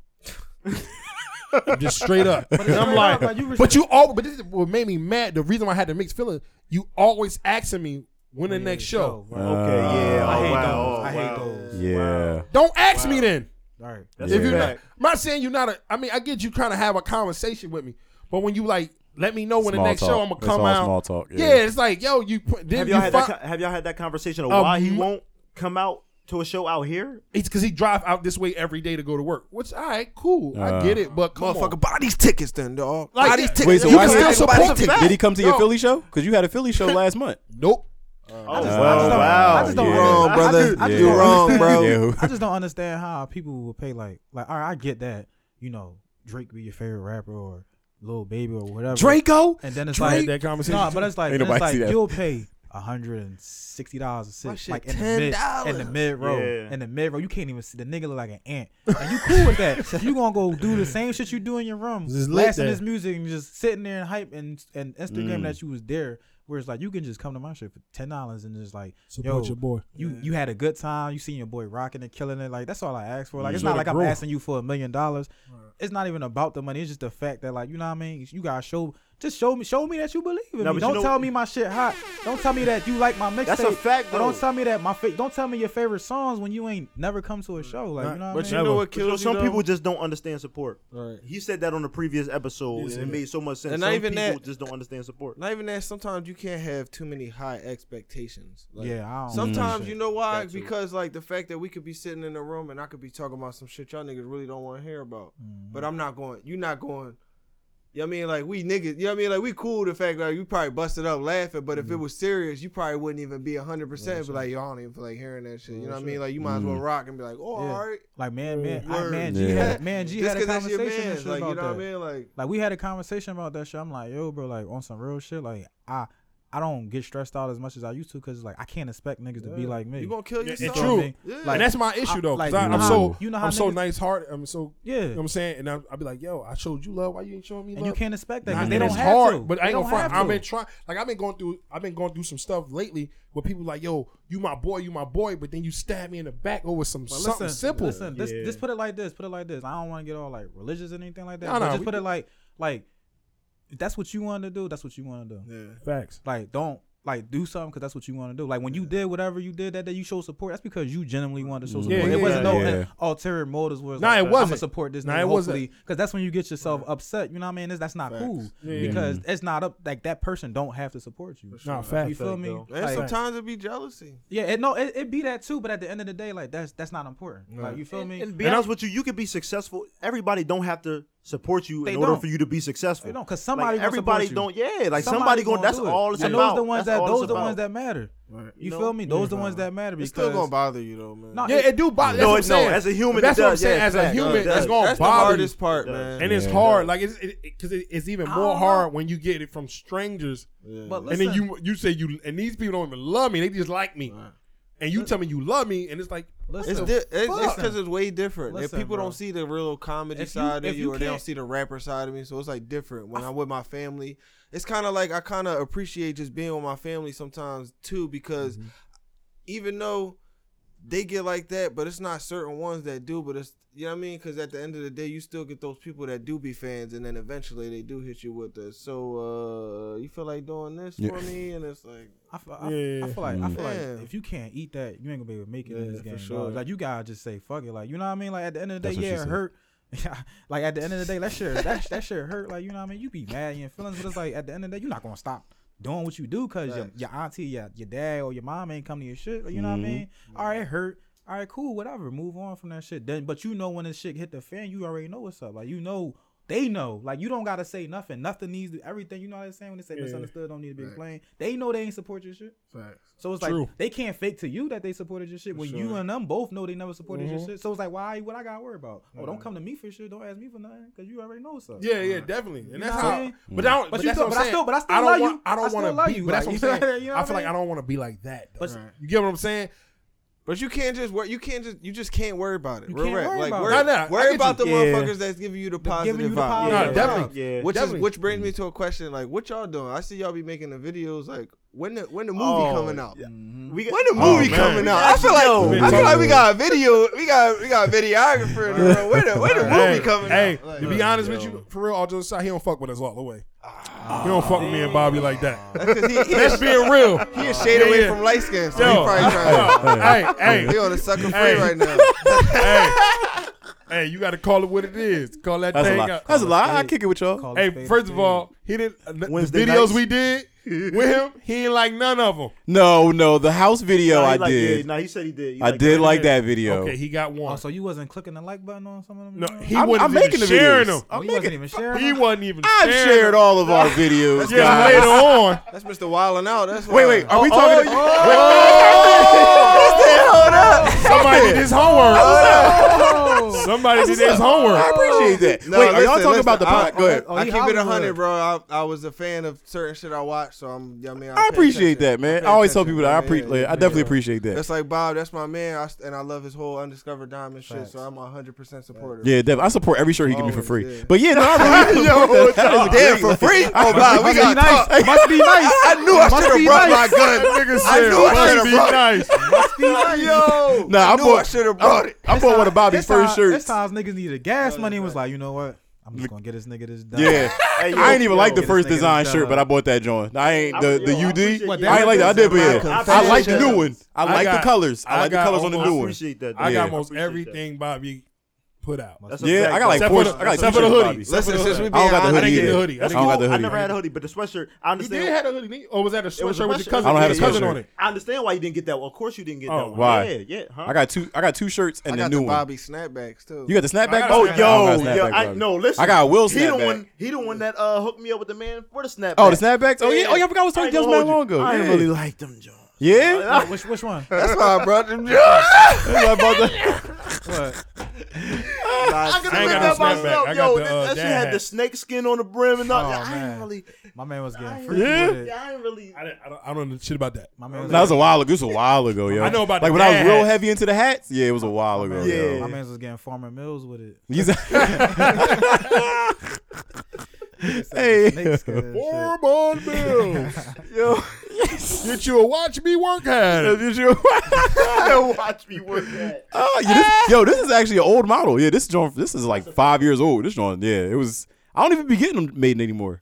C: Just straight up.
B: it's
C: And I'm
B: straight
C: like,
B: up, like, you
C: but you all, but this is what made me mad. The reason why I had the mixed feeling, you always asking me when the next show.
B: right.
A: Okay, yeah.
B: I
A: oh,
B: hate
A: wow.
B: those. I
A: oh, wow.
B: hate those.
E: yeah
C: Don't ask me then.
B: All right.
A: That's
E: Yeah.
A: a
C: If you're not, I'm
A: fact.
C: not saying you're not a. I mean, I get you kind of have a conversation with me, but when you like, let me know when
E: Small
C: the next
E: talk.
C: show I'm gonna
E: It's
C: come
E: all
C: out.
E: small talk, yeah.
C: Yeah. it's like, yo, you put- then
A: have
C: you
A: y'all had
C: fi-
A: that, co- have y'all had that conversation of
C: Um,
A: why he
C: m-
A: won't come out to a show out here?
C: it's because he drive out this way every day to go to work. Which all right, cool,
E: Uh,
C: I get it, but come
D: Motherfucker,
C: on.
D: buy these tickets then, dog.
C: Like,
D: buy these
C: yeah.
D: tickets.
E: Wait, so
D: you
E: why
D: can
E: did,
D: still support them.
E: did he come to your
C: No.
E: Philly show? Because you had a Philly show last month.
C: Nope.
A: Oh,
B: just- I
A: wow.
B: just don't-
A: wow.
B: I just don't
E: yeah.
D: You
B: really-
D: wrong,
B: I- I
D: brother.
B: just- I just
D: You
B: don't
D: wrong,
B: understand-
D: bro.
E: Yeah.
B: I just don't understand how people will pay like like all right, I get that, you know, Drake be your favorite rapper or little baby or whatever.
C: Draco.
B: And then it's
C: Drake?
B: like
C: Had that conversation
B: Nah,
C: too.
B: but it's like
E: Ain't
B: it's
E: nobody
B: like
E: see that.
B: you'll pay. hundred and sixty dollars a six,
D: shit
B: like in the mid, in the
D: $10.
B: mid row,
A: Yeah.
B: in the mid row, you can't even see the nigga look like an ant, and you cool with that? You gonna go do the same shit you do in your room,
C: Just lit
B: blasting
C: there.
B: this music and just sitting there and hype and and Instagram that you was there. Whereas like you can just come to my shit for ten dollars and just like
C: Support
B: yo,
C: your boy.
B: You you had a good time. You seen your boy rocking and killing it. Like that's all I asked for. Like it's
C: Show
B: not
C: the
B: like I'm
C: growth.
B: asking you for a million dollars. It's not even about the money. It's just the fact that like you know what I mean. You gotta show just show me show me that you believe in
A: Nah, but
B: me.
A: you
B: Don't
A: know-
B: tell me my shit hot. Don't tell me that you like my mixtape.
A: That's a fact,
B: Or
A: though.
B: Don't tell me that my fa- don't tell me your favorite songs when you ain't never come to a show. Like you know what
D: But
B: I
D: you
B: mean.
D: know what
A: You know,
D: kills you,
A: some
D: though?
A: people just don't understand support.
D: Right.
A: He said that on the previous episode, and it made so much sense.
D: And
A: some
D: not even
A: people
D: that-
A: just don't understand support.
D: Not even that. Sometimes you can't have too many high expectations. Like,
B: Yeah,
C: Mm-hmm.
B: I don't
D: Sometimes you know why?
A: That too.
D: Because like the fact that we could be sitting in a room and I could be talking about some shit y'all niggas really don't want to hear about.
B: Mm-hmm.
D: But I'm not going. You not going. You know what I mean? Like we niggas. You know what I mean? Like we cool. The fact like you probably busted up laughing, but
B: Mm-hmm.
D: if it was serious, you probably wouldn't even be hundred percent. Be like, y'all don't even feel like hearing that shit. You know what I mean? Like you might as well rock and be like, oh,
B: Mm-hmm. Yeah.
D: all right.
B: like man man I,
D: Word.
B: man G
E: Yeah.
B: had man G
D: Just
B: had a
D: because that's your
B: conversation and
D: man.
B: shit
D: Like
B: about
D: you know
B: that.
D: what I mean? Like
B: Like we had a conversation about that shit. I'm like, yo, bro, like on some real shit. Like I, I don't get stressed out as much as I used to because like I can't expect niggas to be like me.
D: you gonna kill
C: Yeah, it's
D: yourself.
B: You know what I
C: true.
B: mean?
D: Yeah.
B: Like
C: and that's my issue
B: I-
C: though. 'cause
B: like,
C: I,
E: you
C: am
E: know
C: so
E: how-
B: you know how
C: I'm so
B: niggas-
C: nice hearted. I'm so
B: Yeah.
C: You know what I'm saying, and I will be like, yo, I showed you love. Why you ain't showing me
B: and
C: love?
B: you can't expect that
C: Nah,
B: because they
C: man,
B: don't
C: it's
B: have
C: hard,
B: to.
C: But
B: They
C: I ain't
B: don't
C: gonna front.
B: have
C: I've been
B: to.
C: trying. Like I've been going through. I've been going through some stuff lately where people like, "Yo, you my boy, you my boy," but then you stab me in the back over some
B: But
C: something
B: listen,
C: simple.
B: Listen, this,
A: Yeah.
B: this put it like this. Put it like this. I don't want to get all like religious or anything like that.
C: Nah,
B: but
C: nah,
B: just
C: we
B: put it like like if that's what you want to do. That's what you want to do.
C: Facts.
B: Like don't like do something because that's what you want to do. Like when you did whatever you did that day, you showed support. That's because you genuinely wanted to show
C: Yeah,
B: support. it
C: yeah,
B: wasn't no
E: yeah.
B: uh, ulterior motives. Where
C: Nah, it
B: I'm gonna
C: wasn't.
B: support this.
C: Nah,
B: nigga,
C: it wasn't.
B: hopefully, because that's when you get yourself upset. You know what I mean? That's, that's not cool
C: Yeah.
B: because it's not up. Like that person don't have to support you.
C: Nah, facts.
B: You feel me?
A: though.
D: And
B: Like-
D: sometimes it be jealousy.
B: yeah, it, no, it, it be that too. But at the end of the day, like that's that's not important. Like you feel me?
A: And be honest with you, you could be successful. Everybody don't have to support you
B: They
A: in order
B: don't.
A: for you to be successful.
B: They don't, 'cause somebody gonna
A: everybody
B: support
A: don't. Yeah, like somebody, going. That's
B: do it.
A: all it's
B: and
A: about.
B: Those the ones
A: That's
B: that
A: all
B: those
A: it's
B: the
A: about.
B: ones that matter. You
A: know?
B: feel me? Those the ones that matter
D: It's
B: because
D: still gonna bother you though, man.
B: No,
C: Yeah, it do bother.
A: No,
C: No,
A: it-
C: that's
A: no,
C: what I'm saying.
A: as a human,
C: that's
A: it
C: what I'm
A: does.
C: saying.
A: Yeah,
C: as a
A: facts.
C: human,
A: No, it
C: that's
A: does.
C: gonna
D: That's the
C: bother you.
D: hardest part,
A: It does.
D: man.
C: and it's
E: Yeah.
C: hard. Like it's because it, it's even
B: I
C: more
B: don't
C: hard when you get it from strangers.
B: but
C: and
B: listen,
C: then you you say you and these people don't even love me. They just like me. And you tell me you love me, and it's like
D: It's
B: listen,
D: di- it's because
B: Fuck.
D: it's, way different.
B: Listen,
D: and people
B: bro.
D: don't see the real comedy
B: If you-
D: side
B: if
D: of you,
B: you
D: or they don't
B: can't-
D: see the rapper side of me. So it's like different. When I, am with my family, it's kind of like I kind of appreciate just being with my family sometimes too, because even though they get like that, but it's not certain ones that do. But it's you know what I mean. Because at the end of the day, you still get those people that do be fans, and then eventually they do hit you with the so uh you feel like doing this
E: Yeah.
D: for me, and it's like
B: I, feel, I,
C: Yeah. Mm.
B: I feel like I feel
D: Yeah.
B: like if you can't eat that, you ain't gonna be able to make it in
D: Yeah,
B: this
D: for
B: game.
D: sure.
B: dog. Like you gotta just say fuck it. Like you know what I mean? Like at the end of the
E: That's
B: day,
E: what she
B: yeah, it
E: said.
B: hurt. like at the end of the day, that shit that that shit hurt. Like you know what I mean? You be mad and your feelings, but it's like at the end of the day, you're not gonna stop doing what you do because your,
D: Facts.
B: your auntie, your your dad, or your mom ain't come to your shit. You know what I mean? All right, it hurt. All right, cool, whatever. Move on from that shit. Then, but you know when this shit hit the fan, you already know what's up. Like you know. They know, like you don't gotta say nothing. Nothing needs to, everything. You know what I'm saying when they say misunderstood don't need to be explained. They know they ain't support your shit. So it's
C: True.
B: like they can't fake to you that they supported your shit when you and them both know they never supported your shit. So it's like, why? What I gotta worry about? Oh, don't come to me for shit. Don't ask me for nothing because you already know something.
C: Yeah, yeah, definitely. And that's
B: know what I
C: how.
B: mean?
C: But I don't.
B: But
C: But
B: you
C: that's
B: still-
C: what
B: but
C: I'm
B: I
C: saying.
B: still- but I still
C: don't
B: love
C: want-
B: you.
C: I
B: I
C: don't
B: still
C: want to
B: love
C: be.
B: you,
C: But that's what I'm
B: like,
C: saying.
B: you know what I mean?
C: I feel like I don't want to be like that. though.
B: But-
C: You get what I'm saying?
D: But you can't just worry. You can't just. You just can't worry about it.
B: You
D: Real
B: can't
D: rap.
B: worry
D: like
B: about
D: worry,
B: it.
C: Nah, nah, I
D: worry
C: get
D: about
C: you.
D: the
A: Yeah.
D: motherfuckers that's giving you the positive
B: giving you the
D: vibe.
B: positive
A: Yeah,
C: No,
A: yeah.
C: definitely.
A: Yeah.
D: Which
C: Definitely.
D: is which brings me to a question. Like, what y'all doing? I see y'all be making the videos. Like, when the when the movie
A: Oh,
D: coming out?
A: We got,
D: When the
A: Oh,
D: movie
A: man.
D: coming out? I feel like
A: Yo.
D: I feel like we got a video. We got we got a videographer in the room. When the when the movie
C: Hey,
D: coming
C: hey,
D: out? Like,
C: to be honest with you, for real, all jokes aside, he don't fuck with us all the way. he don't fuck with me and Bobby like that.
D: Cause he, he,
C: That's being Ah. real.
D: he a shade away
C: Yeah.
D: from light skin, so he
C: Yo,
D: probably trying.
C: hey, hey,
D: He on a sucker free
C: Hey.
D: right now.
C: hey, hey, you got to call it what it is. Call that
E: That's a
C: thing
E: lie.
C: out.
E: That's a lie. I kick it with y'all.
B: Call it
C: Hey,
B: fake.
C: first of all, he didn't. uh, The, the
A: Wednesday
C: videos
A: nights.
C: we did with him, he ain't like none of them.
E: No, no, the house video
A: Nah, he
E: I
A: like- yeah,
E: did.
A: nah, he said he did. He
E: I did like that video.
C: Okay, he got
B: Oh,
C: one.
B: so you wasn't clicking the like button on some of them?
C: No,
B: videos?
C: he
E: I'm,
C: wasn't
E: I'm
C: even
E: making the
C: sharing
E: videos.
C: them.
B: oh,
E: I'm
B: you
E: making.
B: wasn't even sharing.
C: He
B: them?
C: wasn't even.
E: I've
C: sharing
E: shared
C: them.
E: all of our videos,
C: Yeah,
E: guys.
C: later on.
D: That's Mr. Wildin' out. That's
E: Wait,
D: why.
E: wait. Are we talking?
C: Somebody did his homework.
E: Oh,
C: Somebody did
E: That's
C: his
E: what's up.
C: homework.
E: I appreciate that.
D: No,
E: Wait, are y'all
D: listen,
E: talking
D: listen,
E: about the
D: I-
E: pot? Go ahead.
B: Oh,
D: I
B: he
D: keep it
B: Hollywood.
D: hundred, bro. I, I was a fan of certain shit I watched, so I'm. I mean, I'm
E: I
D: paying
E: appreciate that,
D: attention.
E: man.
D: I'm
E: I always tell
D: paying
E: people that I
D: attention,
E: pre-
D: man.
E: like,
D: Yeah,
E: I definitely
D: yeah.
E: appreciate that.
D: That's like Bob. That's my man, I s and I love his whole undiscovered diamond shit.
B: Facts.
D: So I'm a hundred percent supporter.
E: Yeah, definitely. I support every shirt he give me for
D: Always,
E: free.
D: yeah.
E: But yeah, no, I really
D: Yo,
E: support that. That is a
D: damn,
E: great-
D: for free?
E: I-
D: Oh, God, we
B: Must
D: gotta
B: be nice. Must be nice.
D: I knew I
B: Must
D: should have
B: be
D: brought
B: nice.
D: my gun.
C: Nigga
D: I
C: said,
D: knew I
C: must
D: should've
C: be
D: brought
C: nice.
D: it." Yo,
E: Nah, I
D: I knew I
E: bought-
D: should have brought it.
E: I bought one of Bobby's
B: This time-
E: first shirts.
B: This time's niggas needed gas
D: Oh,
B: money and was
D: yeah.
B: like, you know what? I'm just gonna get this nigga this done.
E: Yeah.
A: Hey, yo,
E: I ain't even
A: yo,
E: like the
B: this
E: first
B: nigga is
E: design
B: dumb.
E: shirt, but I bought that joint. I ain't the
A: I-
E: the
A: yo, I appreciate-
E: UD.
A: yeah,
E: I ain't like that. I did, but
D: my
E: yeah, I like the new
D: confession.
E: one. I
C: I
E: like the
C: got-
E: colors. I
C: I
E: like the
C: got
E: colors on the
A: I
E: new one.
A: appreciate that.
C: I
A: though.
E: Yeah.
C: got almost
A: I appreciate
C: everything Bobby put out.
A: that. That's a
E: Yeah,
A: fact,
E: I got like
A: though.
C: Except
E: four.
C: for
E: I
C: the-
E: got
C: except
E: three
C: for the
E: shirts,
C: hoodie.
E: Bobby.
C: Except
D: Listen,
C: for
D: since
C: hoodie.
D: we
E: I don't
D: being
E: got the
C: I
E: hoodie
C: didn't get
E: either.
C: the
E: I
C: hoodie. I
E: don't
C: didn't
E: got
C: get-
E: the
A: I never
E: hoodie.
A: had a hoodie, but the sweatshirt. I
C: You
A: understand.
C: did had a hoodie. nigga. Or was that a
A: It was a
C: sweatshirt with
A: sweatshirt.
C: your cousin?
E: I don't have a
C: with your cousin
E: sweatshirt.
C: on it.
A: I understand why you didn't get that. Well, of course you didn't get
C: Oh,
A: that. one.
E: why?
A: Yeah, yeah. Huh?
E: I got two. I got two shirts
D: I
E: and the
D: got
E: new
D: the
E: one.
D: Bobby snapbacks too.
E: You got the snapback?
C: I got a
A: Oh,
E: Bobby?
C: snapback.
E: I
A: yo,
E: don't got a
A: yo,
E: snapback,
A: I
E: Bobby.
A: no. Listen,
E: I got Will's
A: He the
E: snapback.
A: one. He the one that uh hooked me up with the man for the snapback.
E: Oh, the snapbacks? Oh, yeah.
A: Yeah.
E: Oh, yeah. I forgot I was talking
A: ain't
E: to you
A: gonna
E: not long
A: hold you.
E: ago.
A: I ain't
E: Yeah.
A: really like them Jones.
E: Yeah?
B: Oh, which which one?
D: That's why I brought them.
E: That's why I bought that.
B: What?
A: I
D: I
A: could have
C: I
A: lived
C: ain't
A: that
C: got no snapback.
A: myself,
C: I got
A: yo.
C: the,
A: that-
C: uh,
A: that shit
C: dad
A: had the
C: hat.
A: snake skin on the brim and all.
B: Oh,
A: I ain't
B: man.
A: really.
B: My man was
A: I
B: getting
A: ain't
B: freaky
A: really-
B: with it.
A: yeah, I ain't really.
C: I, didn't- I don't, I don't know shit about that.
B: My man was
E: That was a while ago. This was a while ago, yo.
C: I know about
E: Like
C: the
E: when I was
C: dad
E: real
C: hats.
E: heavy into the hats? Yeah, it was a while ago,
A: Yeah.
E: yo.
B: My man's was getting Farmer Mills with it.
E: He's Hey.
B: Snake skin and shit.
C: Four ball bills.
E: yo.
C: Get you a watch me work hat.
E: Did you?
A: Watch me work that.
E: Oh, yeah, this, yo, this is actually an old model. Yeah, this joint, this is like five years old. This joint, yeah, it was. I don't even be getting them made anymore.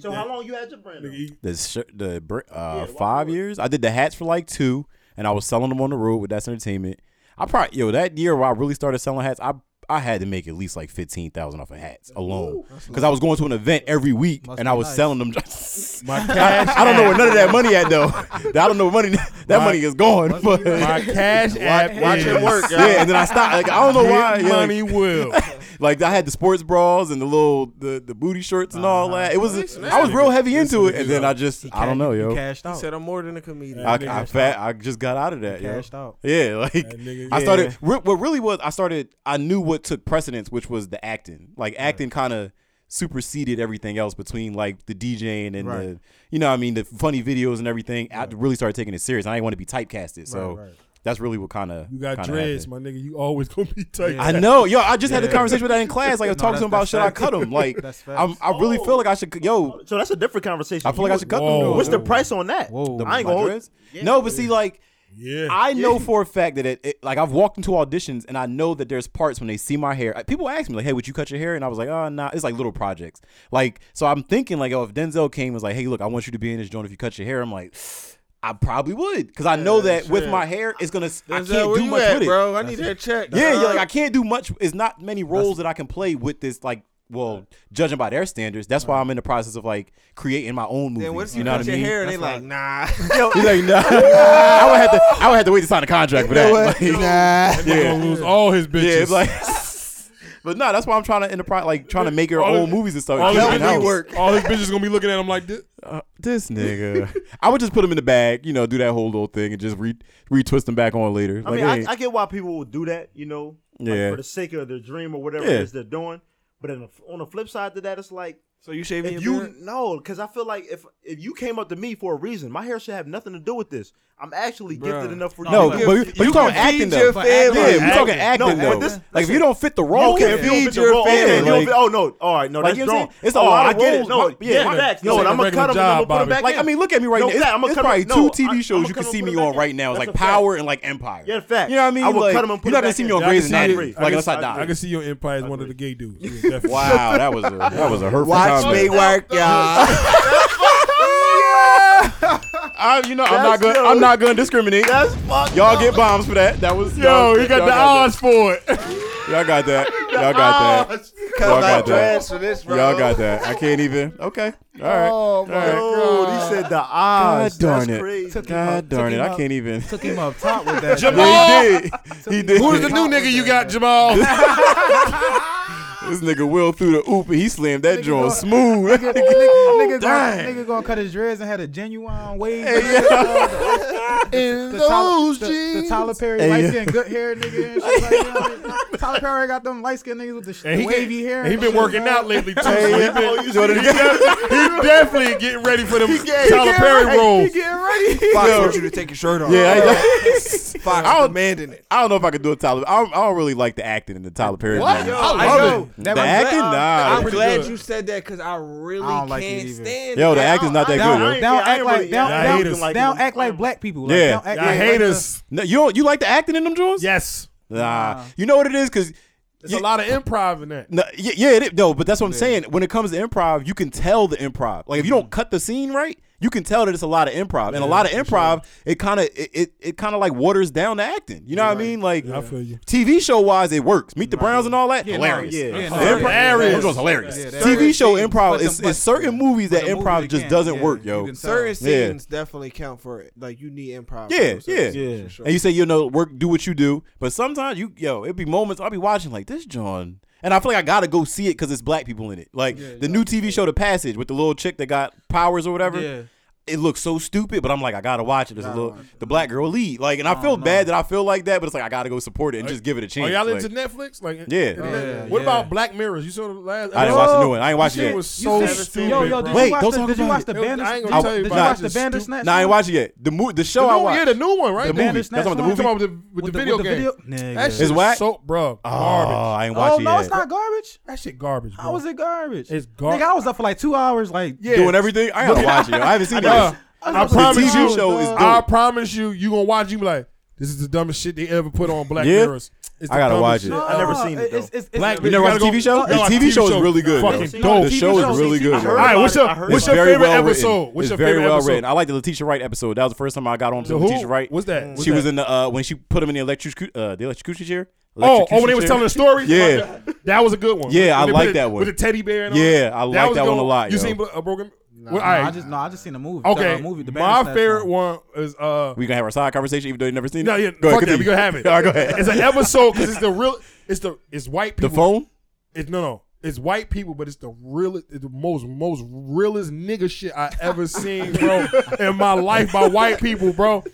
A: So how long you had your brand? on?
E: The shirt, the br- uh,
A: Yeah, why
E: five
A: would-
E: years. I did the hats for like two, and I was selling them on the road with That's Entertainment. I probably yo that year where I really started selling hats, I I had to make at least like fifteen thousand off of hats alone because I was going to an event every week
B: Must
E: and
B: be
E: I was
B: nice.
E: selling them.
C: My
E: I, I don't know where none of that money at though. I don't know where money that
C: My-
E: money is gone.
B: Must be
E: But
C: My cash app.
D: watch
C: is
D: it work, yo.
E: yeah, and then I stopped. Like I don't know why.
C: Get
E: yeah, like-
C: money will.
E: Like I had the sports bras and the little the, the booty shorts and all
B: Uh-huh.
E: that. It was I was real heavy into it, and then I just I don't know,
B: You
E: yo.
B: cashed
D: He
B: out.
D: said I'm more than a comedian.
E: I I, fat, I just got out of that, yo.
B: Cashed out.
E: Yeah, like
C: nigga-
E: I started. Re- what really was I started. I knew what took precedence, which was the acting. Like acting kind of superseded everything else between like the DJing and
B: Right.
E: the you know what I mean the funny videos and everything. I really started taking it serious. and I didn't want to be typecasted, so
B: right.
E: that's really what kind of
C: You got dreads, my nigga. You always gonna be tight.
E: I know, yo. I just had a
B: Yeah.
E: conversation with that in class. Like, I was
B: No,
E: talking to him
B: that's-
E: about should I
B: that's
E: cut him? Like,
B: That's facts. Oh.
E: I'm, I really
A: Oh.
E: feel like I should. Yo,
A: So that's a different conversation.
E: I feel like I
A: You-
E: should cut
C: Whoa.
E: them.
A: What's
E: What's
A: the price on that?
B: Whoa. The-
A: I ain't gonna hold. Yeah.
E: No, but see, like,
C: Yeah.
E: I know for a fact that it, it, like, I've walked into auditions and I know that there's parts when they see my hair. People ask me like, "Hey, would you cut your hair?" And I was like, "Oh, nah." It's like little projects. Like, so I'm thinking like, oh, if Denzel came and was like, "Hey, look, I want you to be in this joint. If you cut your hair," I'm like. I probably would, cause I know that with
D: shit.
E: my hair, it's gonna. I can't
D: Denzel, uh, where
E: do
D: you
E: much
D: at,
E: with it,
D: bro. I need that check.
E: Yeah, yeah,
D: dog.
E: like I can't do much. It's not many roles that I can play with this. Like, well, judging by their standards, that's why I'm in the process of like creating my own movies.
D: Then what if
E: you
D: you
E: know
D: cut
E: what I
D: your
E: mean?
D: hair and they like, nah?
E: He's like, nah. I would have to. I would have to wait to sign a contract for that. Like,
D: nah.
C: You're gonna lose all his bitches.
E: yeah, it's like. But no, that's why I'm trying to in the pro- like trying to make your
C: All
E: own
C: his-
E: movies and stuff.
C: all his,
E: Keep it
D: help me
E: in-house.
C: bitches,
D: work.
C: all his bitches gonna be looking at him like this.
E: Uh, this nigga. I would just put him in the bag, you know, do that whole little thing and just re retwist him back on later.
A: I
E: Like,
A: mean,
E: hey,
A: I, I get why people would do that, you know, like,
E: Yeah.
A: for the sake of their dream or whatever
E: Yeah.
A: it is they're doing. But in the- on the flip side to that, it's like
D: So you shaving
A: if
D: your
A: you
D: beard?
A: no, because I feel like if if you came up to me for a reason, my hair should have nothing to do with this. I'm actually gifted
D: Bruh.
A: enough for
E: No,
A: you.
E: but, you- but you
D: you
E: talking
D: can
E: acting
D: feed
E: though.
D: your
E: Yeah,
D: family.
E: we talking
A: Acting.
E: acting
A: No, but
E: though.
A: this-
E: like if you don't fit the role,
A: Okay,
E: you
A: if you don't
D: feed
A: fit the
D: your
A: role, okay,
E: family.
A: you don't
E: Like-
A: fit- oh no, all right, no,
E: Like,
A: that's
E: you know what I'm
A: dumb.
E: saying? It's
A: a
E: all-
A: lot
E: I
A: of
E: get it.
A: roles. No,
E: My- yeah,
A: yeah,
E: my-
A: facts.
E: this
A: No,
E: ain't
A: and
E: a
A: I'm gonna
C: regular
A: cut them and
C: job,
A: I'm gonna put them
C: Bobby.
A: back
E: Like
A: in.
E: I mean, look at me right
A: No,
E: now. It's,
A: fact, I'ma
E: it's
A: cut 'em-
E: probably
A: no,
E: two
A: I'm-
E: TV shows
A: I'ma
E: you
A: cut
E: can
A: 'em
E: see
A: and
E: me
A: put 'em
E: on
A: back
E: right
A: in.
E: now. It's
A: That's
E: like
A: a fact.
E: Power and like Empire.
A: Yeah, fact.
E: You know what I mean?
A: I will
E: like,
A: cut 'em and put
E: You're not
A: 'em
E: gonna
A: back
E: see me
A: in.
E: on
A: Yeah, I
E: Grey's
A: can see it. I
E: Anatomy. Like
A: can-
E: unless I
C: I
E: die.
C: can see your empire is one of the gay dudes. Yeah, definitely.
E: Wow, that was a that was a hurtful
D: Watch
E: comment.
D: me work, y'all.
E: I, you know, I'm not
A: That's
E: gonna
A: yo.
E: I'm not gonna discriminate.
A: That's fucked.
E: Y'all
A: up.
E: get bombs for that. That was
C: Yo,
E: y'all-
C: he got
E: y'all
C: the odds for it.
E: that. Y'all got that. Y'all got that. Y'all
D: Cause
E: got
D: I
E: that.
D: dressed for this, bro.
E: Y'all got that. I can't even. Okay. All right.
C: Oh my
A: Yo, he said the eyes.
E: God darn
A: That's
E: it.
A: crazy.
E: God darn it! I can't even.
B: Took him up top with that.
E: Yeah, he did. He did.
C: Who's the new nigga you got, Jamal?
E: this nigga Will threw the oop and he slammed that
B: Nigga
E: joint
B: going-
E: smooth.
B: nigga, nigga, nigga,
E: Dang.
B: gonna, nigga gonna cut his dreads and had a genuine wave. uh,
C: In
B: The, Tyler,
C: those
B: the,
C: jeans.
B: the Tyler Perry
E: Hey,
B: light
E: yeah.
B: skin, good hair nigga. And shit, like, you know what I mean? Tyler Perry got them light skin niggas with the, sh-
C: And he
B: the wavy
C: get-
B: hair.
C: and he been
B: shit,
C: working
B: man.
C: out lately too.
E: Hey,
C: so he,
E: yeah.
C: been,
E: Oh, you doing it
C: he
E: again?
C: def- he definitely getting ready for them
D: getting-
C: Tyler
B: He
C: Perry
B: getting
C: roles.
B: ready, He getting ready.
D: Fox
E: Yo.
D: wants you to take your shirt off.
E: Yeah, I,
D: Fox
E: I don't-
D: demanding it.
E: I don't know if I could do a Tyler. I don't, I don't really like the acting in the Tyler Perry.
C: What?
E: movies.
C: Yo, I love
D: it.
E: The
B: That was-
E: acting, nah.
D: I'm
C: pretty
D: glad
C: good.
D: you said that because I really
B: I don't like it
D: can't
B: either.
D: stand.
E: Yo, the
D: that.
E: acting's not
D: I-
E: that
D: I-
B: Down,
E: good. Yo.
A: ain't- yeah,
B: down
A: I
B: act
A: ain't
B: like
A: really-
B: down,
A: yeah, I
B: down,
A: hate us.
B: down, act like black people. Like,
E: Yeah.
B: down act
E: Yeah,
C: I
B: like
C: hate
B: black-
C: us.
E: No, you don't. You like the acting in them joints?
C: Yes.
E: Nah. You know what it is? Cause
C: There's
E: you-
C: a lot of improv in that.
E: No, yeah, yeah, it is. no, but that's what I'm saying. When it comes to improv, you can tell the improv. Like if you don't cut the scene right, you can tell that it's a lot of improv, and a lot of improv, it kind of it it, it kind of like waters down the acting. You know what I mean? Like
C: I feel you.
E: TV show wise, it works. Meet the Browns and all that, hilarious.
A: yeah.
E: The
A: Yeah,
B: no,
E: improv-
C: hilarious.
E: those joints hilarious.
B: Yeah, that-
E: TV show improv
B: But the-
E: is
B: but-
E: it's certain movies
B: but
E: that
B: the movie
E: improv
B: they
E: just
B: can't.
E: doesn't
B: Yeah,
E: work,
B: you
E: yo.
B: can tell.
D: Certain
E: Yeah.
D: scenes definitely count for it. Like you need improv.
E: Yeah,
D: for
E: yeah.
D: those
A: Yeah.
D: scenes, for sure.
E: And you say you know work, do what you do, but sometimes you yo, it be moments I'll be watching like this John, and I feel like I gotta go see it because it's black people in it. Like the new TV show The Passage with the little chick that got powers or whatever.
B: Yeah.
E: It looks so stupid, but I'm like I gotta watch it. There's a little the black girl lead, like, and I feel bad that I feel like that, but it's like I gotta go support it and just give it a
C: Are
E: chance.
C: y'all
E: like,
C: into Netflix? Like,
E: Yeah.
B: Yeah,
C: What
B: yeah.
C: about Black Mirrors? You saw the last.
E: I didn't watch the new one. I ain't watch it
C: It
E: yet.
C: was
B: You
C: so
B: said-
C: stupid.
B: Yo, yo,
C: bro.
B: did
E: Wait,
B: you watch
E: don't
B: the,
E: talk
B: did you
E: about
B: watch
E: it.
B: the
C: It was- I ain't
B: Bandersnatch?
C: gonna tell you
B: Did you
C: about
B: watch
C: it.
B: the
C: It's stupid.
B: Bandersnatch?
E: Nah, I ain't watch it yet. The mo- the show
C: The
E: I
C: new-
E: watched.
C: yeah, the new one, right?
E: The
C: That's
E: movie. That's about the
B: Bandersnatch
E: movie.
C: talking about with the, with the video game. That
B: Nigga.
E: It's
C: shit
E: whack?
C: is so, bro,
E: Oh,
C: garbage.
E: I ain't watch
B: Oh
E: it
B: no,
E: yet.
B: it's not garbage.
C: That shit garbage, bro.
B: How was it garbage?
C: It's gar-
B: Nigga, I was up for like two hours. Like
C: Yeah.
E: Doing everything. I gotta watch it. Yo. I haven't seen it.
C: Bruh,
E: yet.
B: I was
C: I
B: up for
C: promise
B: two
E: The TV
C: you,
E: show is
B: dog.
C: I
E: dope.
C: promise you, you gonna watch. You be like, this is the dumbest shit they ever put on Black
E: Yeah?
C: Mirrors. It's
E: I
C: the
E: gotta
C: dumbest
E: watch
C: shit.
E: it.
B: No,
A: I never seen it,
B: It's, it's, it's,
C: Black-
B: it's-
E: You never watched the
C: gotta
E: TV
C: go-
E: show?
C: No,
E: the
C: like,
E: TV,
C: TV
E: show is
C: show.
E: really good. yo.
C: Fucking
A: seen
C: dope.
E: The
A: TV
E: show
A: shows.
E: is really good.
A: I heard
E: yo.
C: All right, what's
A: about it.
C: up?
A: I heard
C: What's
A: about
C: your
A: it.
E: very
C: favorite
E: well written.
C: episode? What's
E: It's
C: your
E: very
C: favorite
E: well
C: episode?
E: written. I like the Letitia Wright episode. That was the first time I got on to
C: So
E: Letitia
C: who-
E: Wright.
C: What's that? What's
E: she
C: that?
E: was in the uh, when she put him in the electrocu- uh, the electrocution chair.
C: Oh, oh, when they was telling the
E: Electrocution
C: story.
E: Yeah.
C: that was a good one.
E: Yeah,
C: When
E: I
C: they
E: like
C: put it-
E: that one.
C: with the teddy bear. And
E: Yeah,
C: all.
E: I like
C: was
E: that
C: a
E: one
C: good
E: a lot,
C: You
E: yo.
C: seen Bro- a broken?
B: Nah,
C: well, all right.
B: I just no, I just seen the movie.
C: okay.
B: the movie, the
C: my
B: Bandersnatch
C: favorite
B: song.
C: one is uh.
E: chair. We gonna have our side conversation even though you never seen it.
C: No, yeah,
E: Go ahead,
C: fuck that. We
E: continue.
C: gonna have it.
E: All right, go ahead.
C: It's an episode because it's the real. It's the it's white people.
E: the phone.
C: It's no, no. It's white people, but it's the real, the most, most realest nigga shit I ever seen, bro, in my life by white people, bro.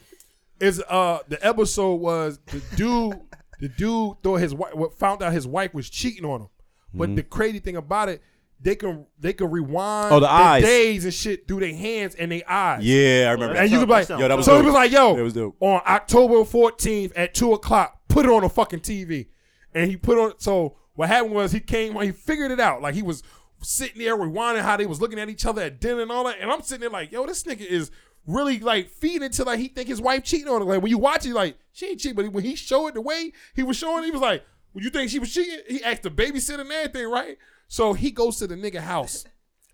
C: It's uh, the episode was the dude, the dude thought his wife found out his wife was cheating on him, but the crazy thing about it, they can they can rewind
E: Mm-hmm. Oh, the
C: their
E: eyes.
C: days and shit through their hands and their eyes.
E: Yeah, I remember.
C: And you could be like,
A: That sounds
E: Yo, that was
C: so
E: dope.
C: it was like, yo,
E: That was dope.
C: on October 14th at 2 o'clock, put it on the fucking TV. And he put on, so what happened was he came, he figured it out. Like he was sitting there rewinding how they was looking at each other at dinner and all that. And I'm sitting there like, yo, this nigga is really like feeding to like he think his wife cheating on him. Like when you watch it, you like, she ain't cheating. But when he showed it the way he was showing, it, he was like, well, you think she was cheating? He asked the babysitter and everything, right? So he goes to the nigga house.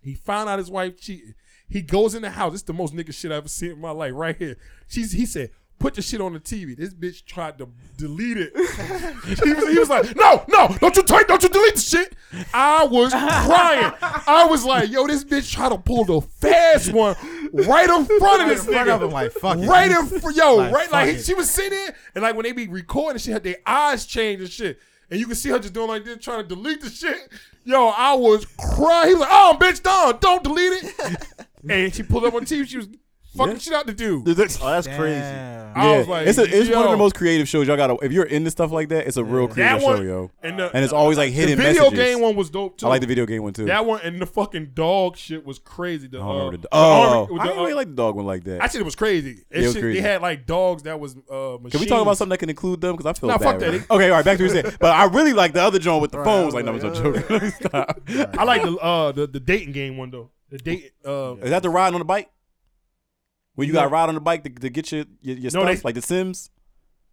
C: He found out his wife cheated. He goes in the house. It's the most nigga shit I ever seen in my life, right here. She's he said, put the shit on the TV. This bitch tried to delete it. he, was, he was like, no, no, don't you take, don't you delete the shit. I was crying. I was like, yo, this bitch tried to pull the fast one right in front of this
B: in front
C: nigga.
B: of him, like, fuck it.
C: right in front, yo,
B: Like,
C: right, like
B: fuck
C: he-
B: it.
C: she was sitting there, and like when they be recording, she had their eyes change and shit. And you can see her just doing like this, trying to delete the shit. Yo, I was crying. He was like, oh, bitch, done. Don't delete it. and she pulled up on TV. She was fucking shit out the dude.
A: Oh, that's crazy.
B: Damn.
C: I was like,
E: it's a, it's one of
C: yo.
E: the most creative shows y'all gotta. If you're into stuff like that, it's a real creative
C: That one-
E: show, yo.
C: and the-
E: it's always like
C: The
E: hidden
C: video
E: messages.
C: game one was dope too.
E: I like the video game one too.
C: That one and the fucking dog shit was crazy. The,
E: I don't
C: uh,
E: remember the.
C: the
E: Oh,
C: army-
E: I
C: the,
E: didn't
C: uh,
E: really like the dog one like that.
C: I said it was crazy. It
E: It was
C: shit, They
E: crazy.
C: had like dogs that was uh, machines.
E: Can we talk about something that can include them? Because I feel
C: Nah,
E: bad.
C: fuck that.
E: right now. Okay, all right, back to what you said. But I really like the other John with the phone. Was like, no, it's a joke. Stop.
C: I like the uh, the, the dating game one though. The date. Uh,
E: Is that the ride on the bike? When you got to
C: Yeah.
E: ride on the bike to, to get your your, your
C: No,
E: stuff,
C: they-
E: like the Sims.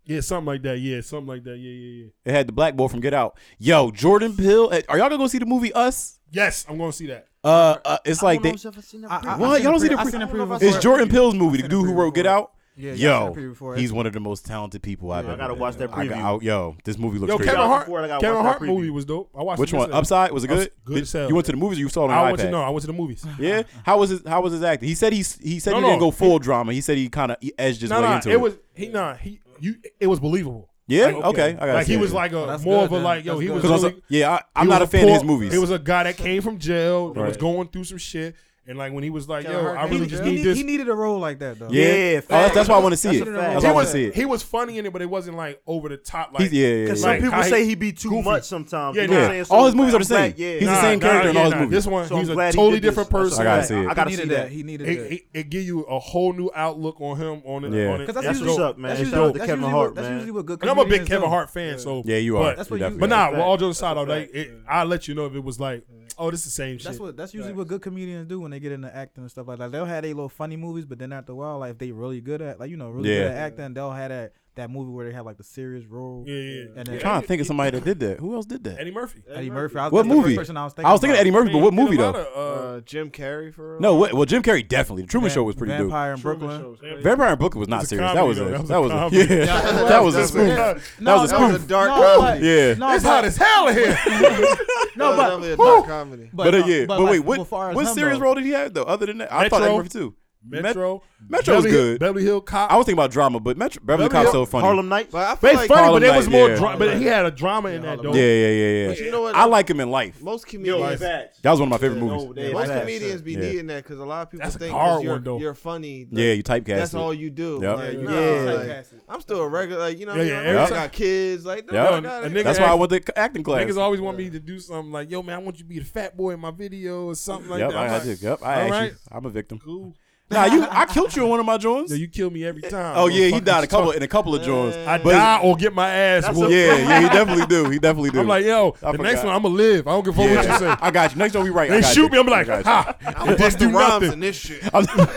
C: Yeah, something like that. Yeah, something like that. Yeah, yeah, yeah.
E: It had the black boy from Get Out. Yo, Jordan Peele. eh, Are y'all gonna go see the movie Us?
C: Yes, I'm gonna see that.
E: Uh, uh it's like
B: I-
E: they,
B: I- I
E: What?
B: seen
E: Y'all don't see
B: pre-
E: the
B: I
E: pre-
B: seen the preview
A: It's
B: for
E: it's
B: it.
E: Jordan Peele's movie. The
B: seen
E: dude
B: the
E: who wrote
B: preview
E: Get
B: for it.
E: Out.
B: Yeah, yeah, I seen the
E: Yo,
B: preview for it.
E: he's one of the most talented people I've
A: I
E: ever.
A: gotta
E: met.
A: watch that
E: I got-
A: preview.
E: I- yo, this movie looks
C: Yo,
E: crazy.
C: Kevin Hart.
A: Before I gotta
C: Kevin
A: watch that
C: Hart movie
A: preview.
C: was dope. I watched
E: Which
C: it
E: one?
C: yesterday.
E: Upside was it
C: That was
E: good?
C: good
E: Did-
C: as hell,
E: You went to the movies. Or you saw it on
C: I
E: your
C: went
E: iPad.
C: to no. I went to the movies.
E: Yeah. How was his How was his acting? He said he's he said
C: No,
E: he
C: no.
E: didn't go full drama. He said he kind of edged his
C: No,
E: way
C: no,
E: into
C: it was he. Nah, he. You. It was believable.
E: Yeah.
C: Like,
E: okay. I got
C: like he was like a more
B: good,
C: of a
B: then.
C: like yo.
B: That's
C: He
B: good.
C: was
E: Because
C: really,
E: yeah, I, I'm
C: he
E: not a
C: was
E: fan
C: poor-
E: of his movies.
C: He was a guy that came from jail and was
E: Right.
C: going through some shit. And like when he was like,
D: Kevin
C: yo,
D: Hart
C: I
D: came
C: really
D: from
C: just
B: he,
C: need
B: need-
C: this.
B: he needed a role like that though.
E: yeah.
A: Yeah,
E: Oh, that's, that's why I want to
A: that's
E: see it.
A: a fact.
E: That's
A: He
E: why I want
A: was-
E: to see it.
C: He was funny in it, but it wasn't like over the top. Like
E: He's, yeah, yeah,
A: Because
E: yeah.
A: some people
C: how he-
A: say he be too
C: goofy.
A: much sometimes.
C: Yeah,
A: you know
E: yeah.
A: what I'm saying?
E: all
A: So
E: his movies
A: I'm
E: are the same.
A: glad- yeah.
E: He's the same character in all his movies.
C: This one,
A: So I'm
C: he's a
A: glad he did
C: totally
A: this.
C: different
A: That's
C: person.
E: I gotta
A: right.
E: see it.
A: I
B: he
A: gotta see
B: needed
A: that.
B: that. He needed
C: It,
B: that.
C: it, it give you a whole new outlook on him. On it,
E: Yeah.
C: on it.
B: Because
A: That's
B: usually-
A: what's up, man.
B: that's
A: Shout
B: usually-
A: out to
B: that's
A: Kevin
B: usually
A: Hart,
B: what- that's
A: man.
B: usually what good
C: And I'm a big
B: comedians
C: Kevin
B: do.
C: Hart fan, so
E: Yeah, you
C: but-
E: are.
B: That's
E: You
B: what you-
E: definitely
C: But
E: are.
C: nah,
A: That's a
C: well, all
A: fact.
C: jokes aside, though, like,
A: fact.
C: it, I'll let you know if it was like, oh, this is the same shit.
B: That's what. That's usually what good comedians do when they get into acting and stuff like that. They'll have their little funny movies, but then after a while, like if they really good at, like you know, really
E: Yeah.
B: good at acting, they'll have that that movie where they have like the serious role.
C: Yeah, yeah, yeah.
B: And
C: Yeah.
B: then
E: trying to think of somebody that did that. Who else did that?
C: Eddie Murphy.
B: Eddie Murphy. I was,
E: What
B: that's the first
E: movie?
B: person I was thinking.
E: I was thinking
B: about.
E: Eddie Murphy, but what movie though?
D: Uh, Jim Carrey for real.
E: No, what, well, Jim Carrey definitely. The Truman Show was pretty dope.
B: Vampire in Brooklyn.
E: Vampire in Brooklyn was
C: It
E: not
C: was a
E: serious. That
C: comedy,
E: was a
C: though.
E: that was,
C: That was a
E: a,
C: comedy.
E: yeah. that was a spoof. That was a
D: that was
E: spoof.
D: a dark
B: no,
D: comedy.
B: but-
E: Yeah.
B: no,
C: It's
B: but-
C: hot as hell in here.
B: No,
D: that
B: but
D: was definitely a dark comedy.
E: But, uh,
B: uh,
E: yeah, but,
B: like,
E: wait, what
B: as far as
E: what
B: him,
E: serious
B: though,
E: role did he have though? Other than that, I thought Eddie
C: Metro.
E: Murphy too. Met-
C: Metro.
E: Metro was
C: Beverly-
E: good.
C: Beverly Hill Cop.
E: I was thinking about drama, but Metro, Beverly
C: Beverly
E: Cop's
C: Hill-
E: so funny.
A: Harlem Night.
D: But I
C: But
D: feel
C: it's
D: like
C: funny,
E: Harlem
C: but it was
E: Night,
C: more
E: yeah.
C: drama. But he had a drama in that, though.
E: yeah, yeah, yeah, yeah.
D: But you know what?
E: I like him in life.
D: most
A: Yo,
D: comedians.
A: facts.
E: That was one of my favorite movies.
A: No, they-
D: Most
A: facts.
D: comedians be
E: Yeah.
D: needing that because a lot of people
C: That's a
D: think
C: hard
D: 'cause you're,
C: one, though.
D: you're funny. that-
E: yeah, you typecast.
D: that's
E: it.
D: all you do.
E: Yep.
D: Yeah, you
A: Yeah.
D: know,
A: Yeah.
D: like, I'm still a regular. Like you know,
C: Yeah,
D: what I
C: yeah,
D: mean? Like, I
E: every-
D: got kids. Like no,
E: Yep.
D: I got
C: A
D: it.
C: nigga
E: That's why I went to c- acting class.
C: Niggas always want me to do something like, yo, man, I want you to be the fat boy in my video or something like
E: yep,
C: that.
E: I,
C: I'm
E: I
C: like,
E: did. Yep, I
C: all
E: actually,
C: right.
E: I'm a victim.
C: Cool.
E: Nah, you, I killed you in one of my joints.
C: Yo, you kill me every time.
E: oh yeah, he
C: motherfucker.
E: died a couple in a couple of joints.
D: Yeah.
C: I
E: but-
C: die or get my ass
A: That's
C: whooped.
A: a-
E: Yeah, yeah, he definitely do. He definitely do.
C: I'm like, yo,
E: I
C: the next
E: forgot.
C: one, I'm going to live. I don't give a fuck
E: yeah.
C: what you say.
E: I got you. Next time we right. I
C: They
E: got
C: shoot
E: you.
C: me. I'm like,
E: I got you.
C: ha. I just do
D: Busta Rhymes
C: nothing.
D: and this shit.
E: I'm-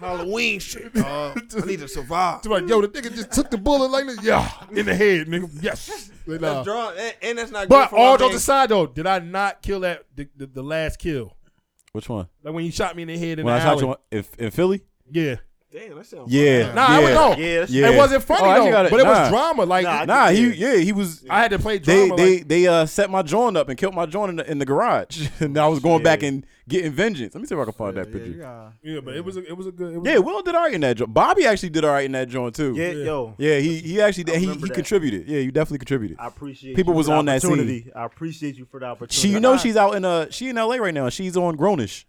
D: Halloween shit. dawg. I need to survive.
C: It's like, yo, the nigga just took the bullet like this. Yeah, in the head, nigga. Yes. But, uh,
D: That's drawn, and, and that's not. good
C: but
D: for
C: all
D: my
C: jokes
D: man.
C: aside, though, did I not kill that the, the, the last kill?
E: Which one?
C: Like when you shot me in the head in
E: When I
C: the
E: shot
C: alley.
E: you if in Philly?
C: yeah.
D: Damn, that sounds.
E: Yeah.
C: Nah, I
E: yeah.
C: was no.
A: Yeah, that's-
E: Yeah.
C: It wasn't funny
E: Oh, I actually
C: though,
E: got it.
C: but it
E: Nah.
C: was drama. Like
A: Nah, I-
E: Nah, he yeah, he was.
C: I had to play
E: they
C: drama.
E: they
C: like,
E: they uh set my joint up and killed my joint in the, in the garage, and I was going back and getting vengeance. Let me see if I can find that
B: Yeah,
E: picture.
B: you
E: Yeah,
B: got-
C: yeah, but it was a, it was a good. It was
E: Will did all right in that joint. Bobby actually did all right in that joint too.
A: Yeah, yo.
E: Yeah, he he
A: I
E: actually did. He
A: remember
E: he
A: that.
E: contributed. Yeah, you definitely contributed.
A: I appreciate
E: People
A: you
E: was
A: for the
E: on that scene.
A: opportunity. I appreciate you for the opportunity.
E: She, you know, she's out in uh, she in L.A. right now. She's on Grownish.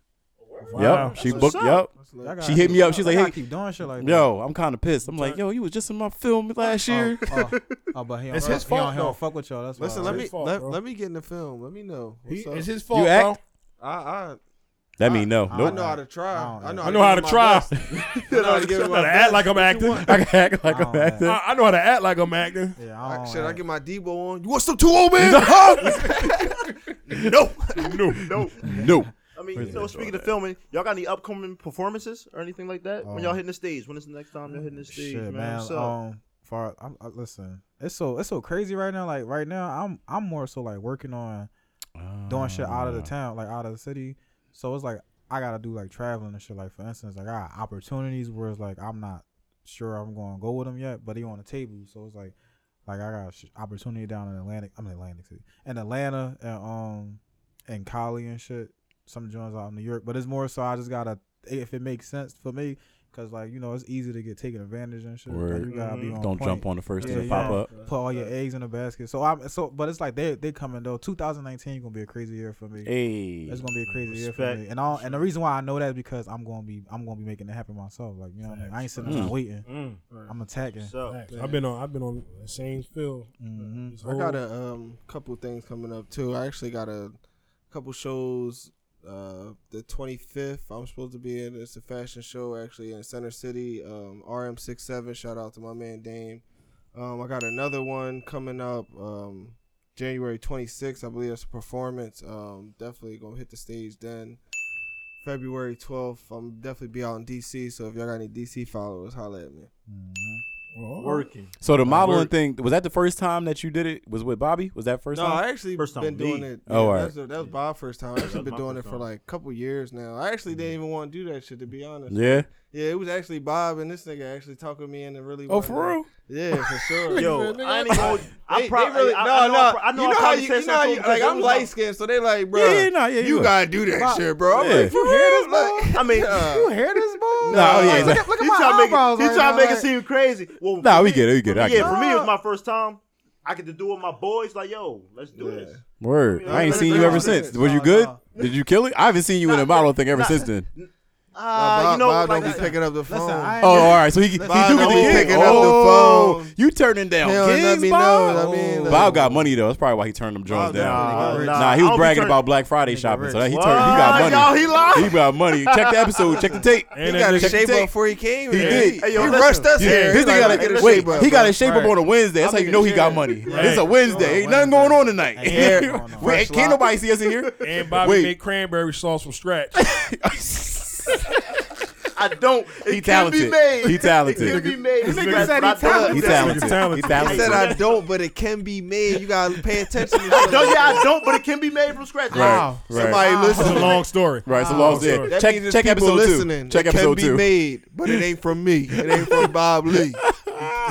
C: Wow.
E: Yep, she
A: What's
E: booked.
A: up?
E: Yep,
B: I got-
E: she hit me up. She's
B: I
E: like,
B: gotta
E: "Hey,
B: keep doing shit like that."
E: yo, I'm kind of pissed." I'm like, "Yo, you was just in my film last year."
B: Oh, oh, oh, but he don't,
C: It's
B: he
C: his
B: don't-
C: fault,
B: He
C: though.
B: don't fuck with y'all. That's why.
D: Listen, let
C: It's
D: me
C: his fault,
D: let,
C: bro.
D: let me get in the film. Let me know.
C: he,
D: What's up?
C: it's his fault,
E: You
C: bro.
E: act-
D: I, I
E: That mean no,
B: I-
D: I
E: nope.
D: know how to try.
B: I don't
D: I know.
B: know.
C: I know how to
D: give it
C: try.
D: my best. I know how to give it
C: I
D: my
C: gotta act
D: best.
C: like I'm acting.
E: I can act like
B: I don't
E: I'm acting.
C: I, I know how to act like I'm acting.
B: Yeah, I
D: I,
B: don't
D: should I
B: like-
D: get my Debo on? You want some too old man?
C: No, no, no.
E: No.
A: I mean,
E: Where's
A: you know,
E: that
A: speaking
E: draw
A: of filming, y'all got any upcoming performances or anything like that? When
E: Um,
A: y'all hitting the stage? When is the next time y'all hitting the stage,
B: Shit,
A: man?
B: man.
A: What's up?
B: Um, far, I'm, I, listen, it's so it's so crazy right now. Like right now, I'm I'm more so like working on doing shit out
E: Uh.
B: of the town, like out of the city. So it's like I gotta do like traveling and shit. Like for instance, like I got opportunities where it's like I'm not sure I'm going to go with them yet, but he on the table. So it's like like I got a sh- opportunity down in Atlantic. I'm in Atlantic City, in Atlanta, and um, and Cali and shit. Some joints out in New York, but it's more so I just gotta if it makes sense for me, cause like you know it's easy to get taken advantage and shit. Like,
E: Word.
B: you gotta be
A: Mhm.
B: on
E: Don't
B: point
E: jump on the first
B: Yeah,
E: thing that
B: you
E: pop
B: know.
E: up.
B: put all your eggs in a basket. So I'm so, but it's like they they coming though. 2019 gonna be a crazy year for me.
E: Hey.
B: It's gonna be a crazy year for
A: Respect.
B: me, and all and the reason why I know that is because I'm gonna be I'm gonna be making it happen myself. Like you know, what I mean, I ain't sitting around
E: Mm.
B: waiting.
A: Mm,
B: I'm attacking.
A: what's up?
C: I've been on. I've been on the same field.
B: hmm
C: this
D: I
C: whole-
D: got a um, couple things coming up too. I actually got a couple shows. Uh, the 25th, I'm supposed to be in. It's a fashion show actually in Center City. Um, RM67. Shout out to my man Dame. Um, I got another one coming up. Um, January 26th, I believe that's a performance. Um, definitely gonna hit the stage then. February 12th, I'm definitely be out in DC. So if y'all got any DC followers, holla at me.
A: Working.
E: So the modeling
C: work.
E: thing was that the first time that you did it was with Bobby? Was that first
D: No,
E: time?
D: I actually
A: First time
D: been
A: with me.
D: doing it.
E: Oh,
D: yeah,
E: all
D: that's- that was my first time. I actually
A: was
D: been
A: my
D: doing it
A: first
D: for
A: time.
D: like a couple years now. I actually didn't even want to do that shit to be honest. Yeah,
E: yeah.
D: it was actually Bob and this nigga actually talking me into really.
E: Oh,
D: wanting to-
E: for real?
D: Yeah, for sure.
A: Yo, I ain't even. hold-
D: They-
A: I
D: they
A: probably.
D: really-
A: I,
D: no,
A: I know I
D: no.
A: pro- I know,
D: you
A: I
D: know how
A: probably
D: you,
A: said
D: you know how
A: something
D: you,
A: because
D: like
A: it
D: I'm
A: was
D: light
A: my-
D: skinned, so they like, bro,
E: Yeah, yeah, nah, yeah,
D: you
E: yeah.
D: gotta do that
B: Bob,
D: shit, bro. I'm
E: Yeah.
D: like, you hear this? Like,
A: I mean,
D: yeah.
A: hear this, boy?
E: Nah, oh, yeah,
B: Like,
E: exactly.
B: look, at, look at
A: He
B: my
A: trying to make
B: eyebrows.
A: it, he
B: right
A: trying to
B: now,
A: make it
B: like-
A: seem crazy. Well,
E: Nah,
A: for
E: we
A: me-
E: get it, we get
A: for
E: it, I
A: me-
E: get
A: yeah,
E: it.
A: for me, it was my first time. I get to do it with my boys. Like, yo, let's do this.
E: Word. I ain't
A: Nah,
E: seen
A: nah,
E: you
A: nah,
E: ever
A: nah,
E: since.
B: nah,
E: Was you
B: nah,
E: good?
B: nah.
E: Did you kill it? I haven't seen you in a model thing ever since then.
A: Uh,
D: Bob-
A: you know,
D: Bob
A: like,
D: don't be picking up the
A: uh,
D: phone.
B: Listen, I ain't
E: Oh, all right. So he, he do get
D: Bob
E: the
D: don't be
E: gig.
D: picking up the
E: oh,
D: phone.
E: you turning down
D: Hell,
E: gigs,
D: let me
E: Bob?
D: know. I mean, like-
E: Bob got money though. That's probably why he turned them
D: Bob
E: drones down.
D: definitely got rich.
E: Nah, he
A: I
E: was
A: don't be
E: bragging
A: turning-
E: about Black Friday shopping,
B: rich.
E: so that he
A: What?
E: turned. He got
A: Y'all,
E: money.
A: he lied.
E: He got money. Check the episode. Check the tape.
C: And
D: He
C: that
D: got a
C: nigga-
D: shape
E: the
D: up
E: tape.
D: before he came.
E: He
D: man.
E: did.
D: He,
A: Hey, yo,
D: rushed us
E: Yeah,
D: here.
E: this
D: Like,
E: nigga
D: let me
E: got
D: get
E: a,
D: a
E: wait.
D: shape up,
E: He got
D: bro.
E: a shape up
C: Right.
E: on a Wednesday. That's how you know he got money. It's a Wednesday. Ain't nothing going on tonight. We-
D: Fresh
E: Can't
D: lock.
E: nobody see us in here.
C: And Bobby
E: Wait.
C: made cranberry sauce from scratch.
A: I don't. It
E: He
A: can
E: talented.
A: Be made.
E: He talented.
A: It can be made.
B: This nigga
A: But
B: said he
A: I don't-
B: talented.
E: He
C: This nigga
E: talented.
C: talented.
E: He
D: He
E: talented.
D: said I don't, but it can be made. You gotta pay attention. to
A: I
D: shit
A: don't.
D: like
A: Yeah,
D: that.
A: I don't. But it can be made from scratch.
E: Right. Right.
D: Somebody
C: It's a
D: listen.
C: long story.
E: Right. So
C: Wow.
E: lost
C: Sorry.
E: it.
D: That means
E: Check
D: there's
E: check
D: people
E: episode two.
D: listening.
E: Check
D: It
E: episode
D: can be
E: two.
D: made, but it ain't from me. It ain't from Bob Lee.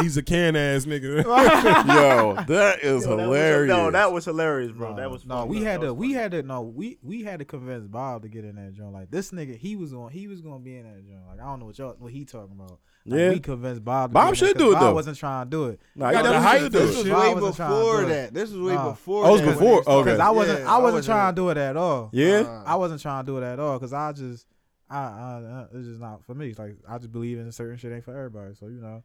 C: He's a can ass nigga.
E: Yo, that is
A: Yo, that was-
E: hilarious.
A: no, that was hilarious,
E: Oh.
A: bro. That was
B: No,
A: funny,
B: we
A: bro.
B: had
A: That
B: to,
A: was
B: we
A: funny.
B: had to, no, we we had to convince Bob to get in that joint. Like this nigga, he was on, he was gonna be in that joint. Like I don't know what y'all, what he talking about. Like,
E: Yeah.
B: we convinced Bob. To
E: Bob
B: be in
E: should
B: that 'cause
E: do it,
B: Bob
E: though.
B: wasn't trying to do it.
E: Nah,
C: Got
E: you
C: the
E: got
C: hype
E: to do
D: This
E: it.
D: was
B: Bob
D: way
B: wasn't trying to
D: before
B: do it.
D: that. This was way
B: Nah.
D: before.
E: Oh, it was
D: that when
E: before?
D: they started.
E: Okay.
B: Cause I wasn't,
D: Yeah,
B: I wasn't trying to do it at all.
E: Yeah.
B: I wasn't trying to do it at all because I just, I, I, I- it's just not for me. It's Like I just believe in certain shit ain't for everybody. So you know,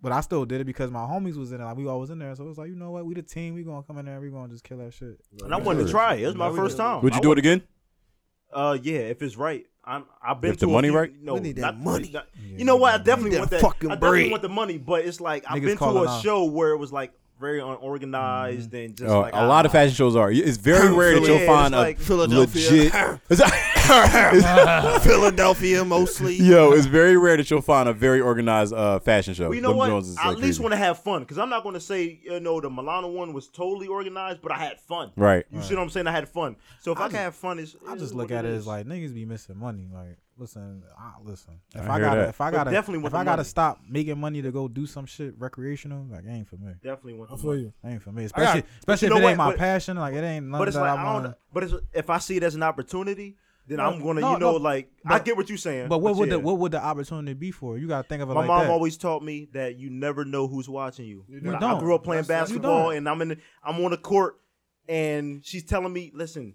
B: but I still did it because my homies was in it. Like we all was in there, so it was like you know what, we the team. We gonna come in there. and We gonna just kill that shit.
A: And I wanted to try it. It was my first time.
E: Would
A: I
E: you do it again?
A: Uh, yeah, if it's right. I'm. I've been
E: If the
A: to a
E: money
A: few-
E: right?
A: No,
D: We need that
A: not-
D: money.
A: not- you know what? I definitely
D: that
A: want that.
D: fucking
A: I definitely
D: bread.
A: want the money, but it's like I've
B: Niggas
A: been to
B: calling
A: a
B: out.
A: show where it was like very unorganized and just
E: Uh,
A: like
E: a lot of
A: ah.
E: fashion shows are. It's very rare that
A: Yeah,
E: you'll
A: it's
E: find
A: like-
E: a legit.
D: Philadelphia. Philadelphia mostly.
E: Yo, it's very rare that you'll find a very organized uh, fashion show.
A: Well, you know
E: Them
A: what?
E: Joneses is
A: I
E: like
A: at least
E: crazy.
A: want to have fun because I'm not going to say you know the Milano one was totally organized, but I had fun.
E: Right.
A: You see what I'm saying? I had fun. So if I, can have fun, it's,
B: I
A: it's
B: just
A: what
B: look at it
A: is.
B: as like niggas be missing money. Like, listen, I, listen. If I,
E: I hear
B: gotta,
E: that.
B: if I
A: But
B: gotta,
A: definitely
B: definitely
A: with
B: if
A: the
B: I gotta
A: money.
B: stop making money to go do some shit recreational, like it ain't for me.
A: definitely want.
C: I
A: the
C: feel
A: money.
C: you.
B: It ain't for me,
C: got-
B: especially especially
A: you know
B: if it ain't
A: what?
B: my
A: But-
B: passion. Like it ain't nothing
A: But it's
B: that
A: like
B: I
A: I
B: want.
A: don't. But it's, if I see it as an opportunity, then
B: No,
A: I'm going to
B: no,
A: you know
B: no.
A: like I
B: But-
A: get what you're saying.
B: But what would
A: yeah.
B: the what would the opportunity be for? You gotta think of it
A: My
B: like
A: mom
B: that.
A: always taught me that you never know who's watching you. When I
B: don't.
A: grew up playing
B: That's- you
A: basketball,
B: don't.
A: and I'm in, the, I'm on the court, and she's telling me, "Listen,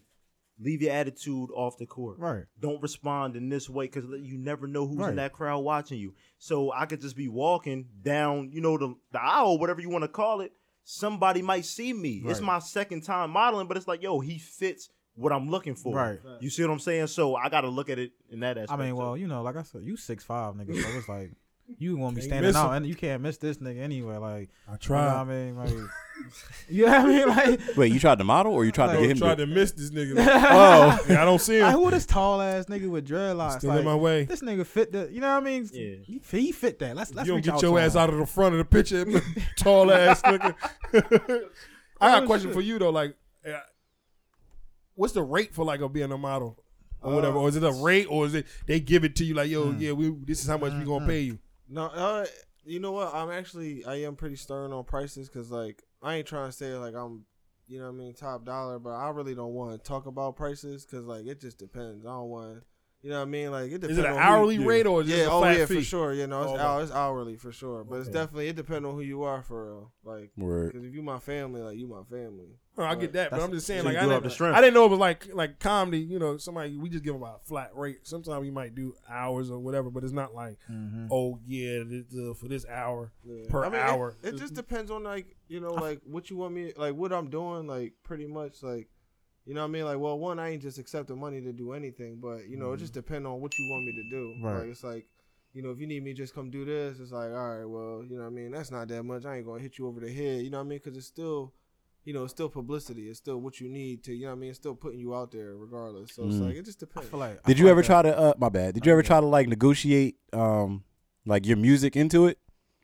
A: leave your attitude off the court.
B: Right.
A: Don't respond in this way because you never know who's
B: Right.
A: in that crowd watching you. So I could just be walking down, you know, the, the aisle, whatever you want to call it. Somebody might see me. It's
B: Right.
A: my second time modeling, but it's like, yo, he fits what I'm looking for.
B: Right.
A: You see what I'm saying? So I got to look at it in that
B: I
A: aspect.
B: mean,
A: too.
B: well, you know, like I said, you six five nigga, so it's like you gonna be
C: Can't
B: standing
C: miss
B: out,
C: him.
B: and you can't miss this nigga anywhere. Like, you know
C: I
B: what I
C: tried.
B: mean, like, you know what I mean, like,
E: Wait, you tried to model or you tried to
B: Like-
E: get
C: I
E: him?
C: tried
E: To,
C: to miss this nigga.
E: oh,
C: Like, I don't see
B: Like,
C: him.
B: who this tall ass nigga with dreadlocks?
C: Still
B: like,
C: in my way.
B: This nigga fit the. You know what I mean?
A: Yeah.
B: He, fit- he fit that. Let's let's
C: you don't
B: reach
C: get
B: out
C: your
B: to
C: ass
B: him.
C: out of the front of the picture, tall ass nigga. I
B: Oh,
C: got a question for you though. Like, uh, what's the rate for like a being a model or whatever? Or is it
B: Uh,
C: a rate, or is it they give it to you like,
B: mm.
C: yo, yeah, we this is how much we gonna pay you?
D: No, uh, you know what? I'm actually I am pretty stern on prices because like I ain't trying to say like I'm, you know what I mean, top dollar, but I really don't want to talk about prices because like it just depends. I don't want, you know what I mean? Like it
C: Is
D: depends.
C: it an
D: on who-
C: hourly
D: yeah.
C: rate or is it
D: Yeah,
C: a
D: oh
C: flat
D: yeah,
C: fee?
D: for sure. You know, it's,
C: Oh,
D: hour, it's hourly for sure, but it's
C: Okay.
D: definitely it depends on who you are for real. Like,
E: word.
D: because if you my family, like you my family.
C: No, I get that, but
B: That's-
C: I'm just saying,
A: so
C: like,
A: you
C: I
A: grew up
C: didn't,
A: the strength.
C: I didn't know it was like like comedy. You know, somebody we just give them a flat rate. Sometimes we might do hours or whatever, but it's not like,
B: Mm-hmm. Mm.
C: oh yeah, this, uh, for this hour
D: Yeah.
C: per
D: I mean, it-
C: hour.
D: It, just depends on like you know like what you want me like what I'm doing like pretty much like you know what I mean like well one I ain't just accepting money to do anything but you know it
C: Mm.
D: just depends on what you want me to do
B: Right.
D: like it's like you know if you need me to just come do this it's like all right well you know what I mean that's not that much I ain't gonna hit you over the head you know what I mean because it's still you know it's still publicity it's still what you need to you know what I mean it's still putting you out there regardless so
C: Mm.
D: it's like it just
B: I
D: depends
B: feel like, I
E: Did
B: feel
E: you
B: like
E: ever
B: that-
E: try to? Uh, my bad. Did you ever try to like negotiate um like your music into it?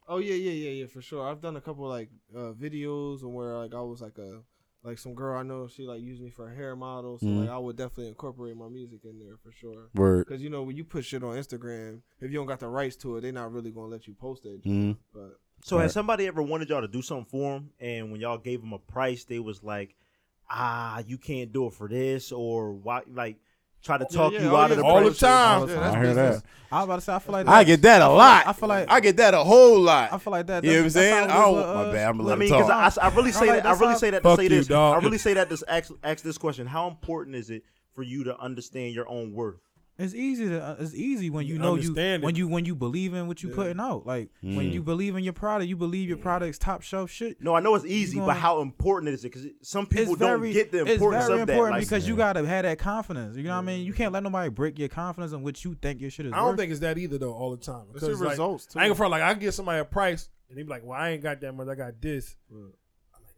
D: Oh yeah, yeah, yeah, yeah, for sure. I've done a couple like uh, videos and where like I was like a like some girl I know she like used me for a hair model, so like I would definitely incorporate my music in there for sure.
E: Word.
D: Cause you know when you put shit on Instagram, if you don't got the rights to it, they're not really gonna let you post it.
E: Mm.
D: But
A: So
E: Right.
A: has somebody ever wanted y'all to do something for them, and when y'all gave them a price, they was like, "Ah, you can't do it for this," or why? Like, try to talk
D: yeah,
A: you
D: oh,
A: out
D: yeah,
A: of the
D: all
A: process.
D: the time.
B: All the
D: Yeah,
B: time.
E: I hear
B: That's-
E: that.
B: I was about to say I feel like
E: I get that a lot.
B: I feel like-
E: I get that a whole lot.
B: I feel like that.
E: you know what I'm
B: that's- that's
E: saying? I
B: how it
E: don't,
B: was with,
E: my
B: uh,
E: bad. I'm gonna
A: I
E: let
A: mean,
E: him
A: because
E: talk.
A: I, I, I really say
B: All right,
A: that. I
B: that's
A: really
B: all.
A: say that to
C: Fuck
A: say
C: you,
A: this.
C: dog.
A: I really say that to ask, ask this question. How important is it for you to understand your own worth?
B: It's easy to uh, it's easy when you,
C: You
B: know you
C: understand it.
B: when you when you believe in what you putting out. Like
A: Hmm.
B: when you believe in your product, you believe your product's top shelf shit.
A: No, I know it's easy,
B: know-
A: but how important is it? Because some
B: It's
A: people don't
B: very,
A: get the importance
B: it's very
A: of that.
B: important
A: Like,
B: because you gotta have that confidence. You know what I mean? You can't let nobody break your confidence in what you think your shit is
C: I don't
B: worth.
C: think it's that either though. All the time,
D: It's your
C: like,
D: results, too.
C: I ain't gonna front, like I can get somebody a price, and they be like, "Well, I ain't got that much. I got this." I'm like,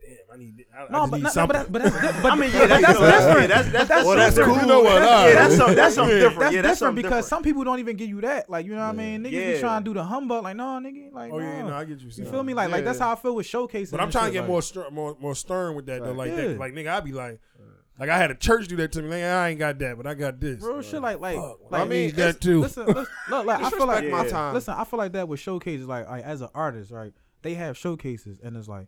C: "Damn, I need. thi- I, I
B: no,
C: just
B: but,
C: need
B: not, but,
C: something."
B: that, but that's different. But,
A: I mean, yeah,
B: but
A: that's, that's,
B: that's,
A: that's,
B: different.
A: yeah, that's, that's,
B: That's
A: well, that's
B: different.
A: cool.
B: You know what,
A: That's,
B: nah.
A: yeah, that's something, that's something
C: Yeah.
A: different.
B: That's
A: yeah, that's
B: different
A: something
B: because some people don't even give you that. Like you know what I mean? Niggas
A: Yeah.
B: be trying to do the humbug. Like no, nigga. Like
C: oh yeah,
B: no.
C: no, I get you.
B: you
C: son.
B: feel me? Like like that's
D: Yeah.
B: how I feel with showcasing.
C: But I'm
B: and
C: trying
B: shit,
C: to get
B: like-
C: more, stern, more more stern with that though. Like
B: Yeah.
C: that, like nigga, I'd be like, like I had a church do that to me. Like I ain't got that, but I got this.
B: Real shit like like,
C: Fuck,
B: like
D: I mean,
C: that
B: listen-
C: too.
B: Listen, listen look, like I feel like
A: my
D: time.
B: Listen, I feel like that with showcases. Like, like as an artist, right? They have showcases, and it's like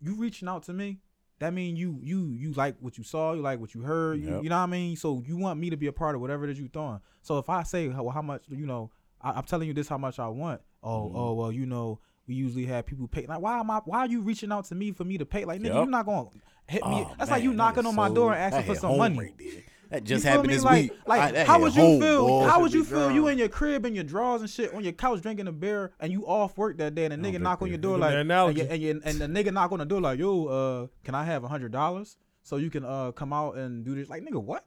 B: you reaching out to me. That mean you you you like what you saw, you like what you heard, you,
E: Yep.
B: you know what I mean. So you want me to be a part of whatever that you throwing. So if I say how, how much, you know, I, I'm telling you this how much I want. Oh oh
E: Mm-hmm.
B: well, you know. We usually have people pay. Like, why am I? Why are you reaching out to me for me to pay? Like, nigga,
E: Yep.
B: you're not gonna hit me.
E: Oh,
B: That's like you
E: man,
B: knocking
E: that
B: on
E: is
B: my
E: so-
B: door and
E: I
B: asking for
E: had
B: some
E: homework,
B: money.
E: dude. That just
B: You feel
E: happened
B: me?
E: this
B: like,
E: week.
B: Like,
E: I- that
B: how
E: hit
B: would you
E: home,
B: feel?
E: boy.
B: How would you feel?
D: down.
B: You in your crib in your drawers and shit on your couch drinking a beer, and you off work that day, and a nigga knock on your door
C: Doing
B: like,
C: that
B: and,
C: analogy.
B: you- and, you- and the nigga knock on the door like, yo, uh, can I have a hundred dollars so you can uh come out and do this? Like, nigga, what?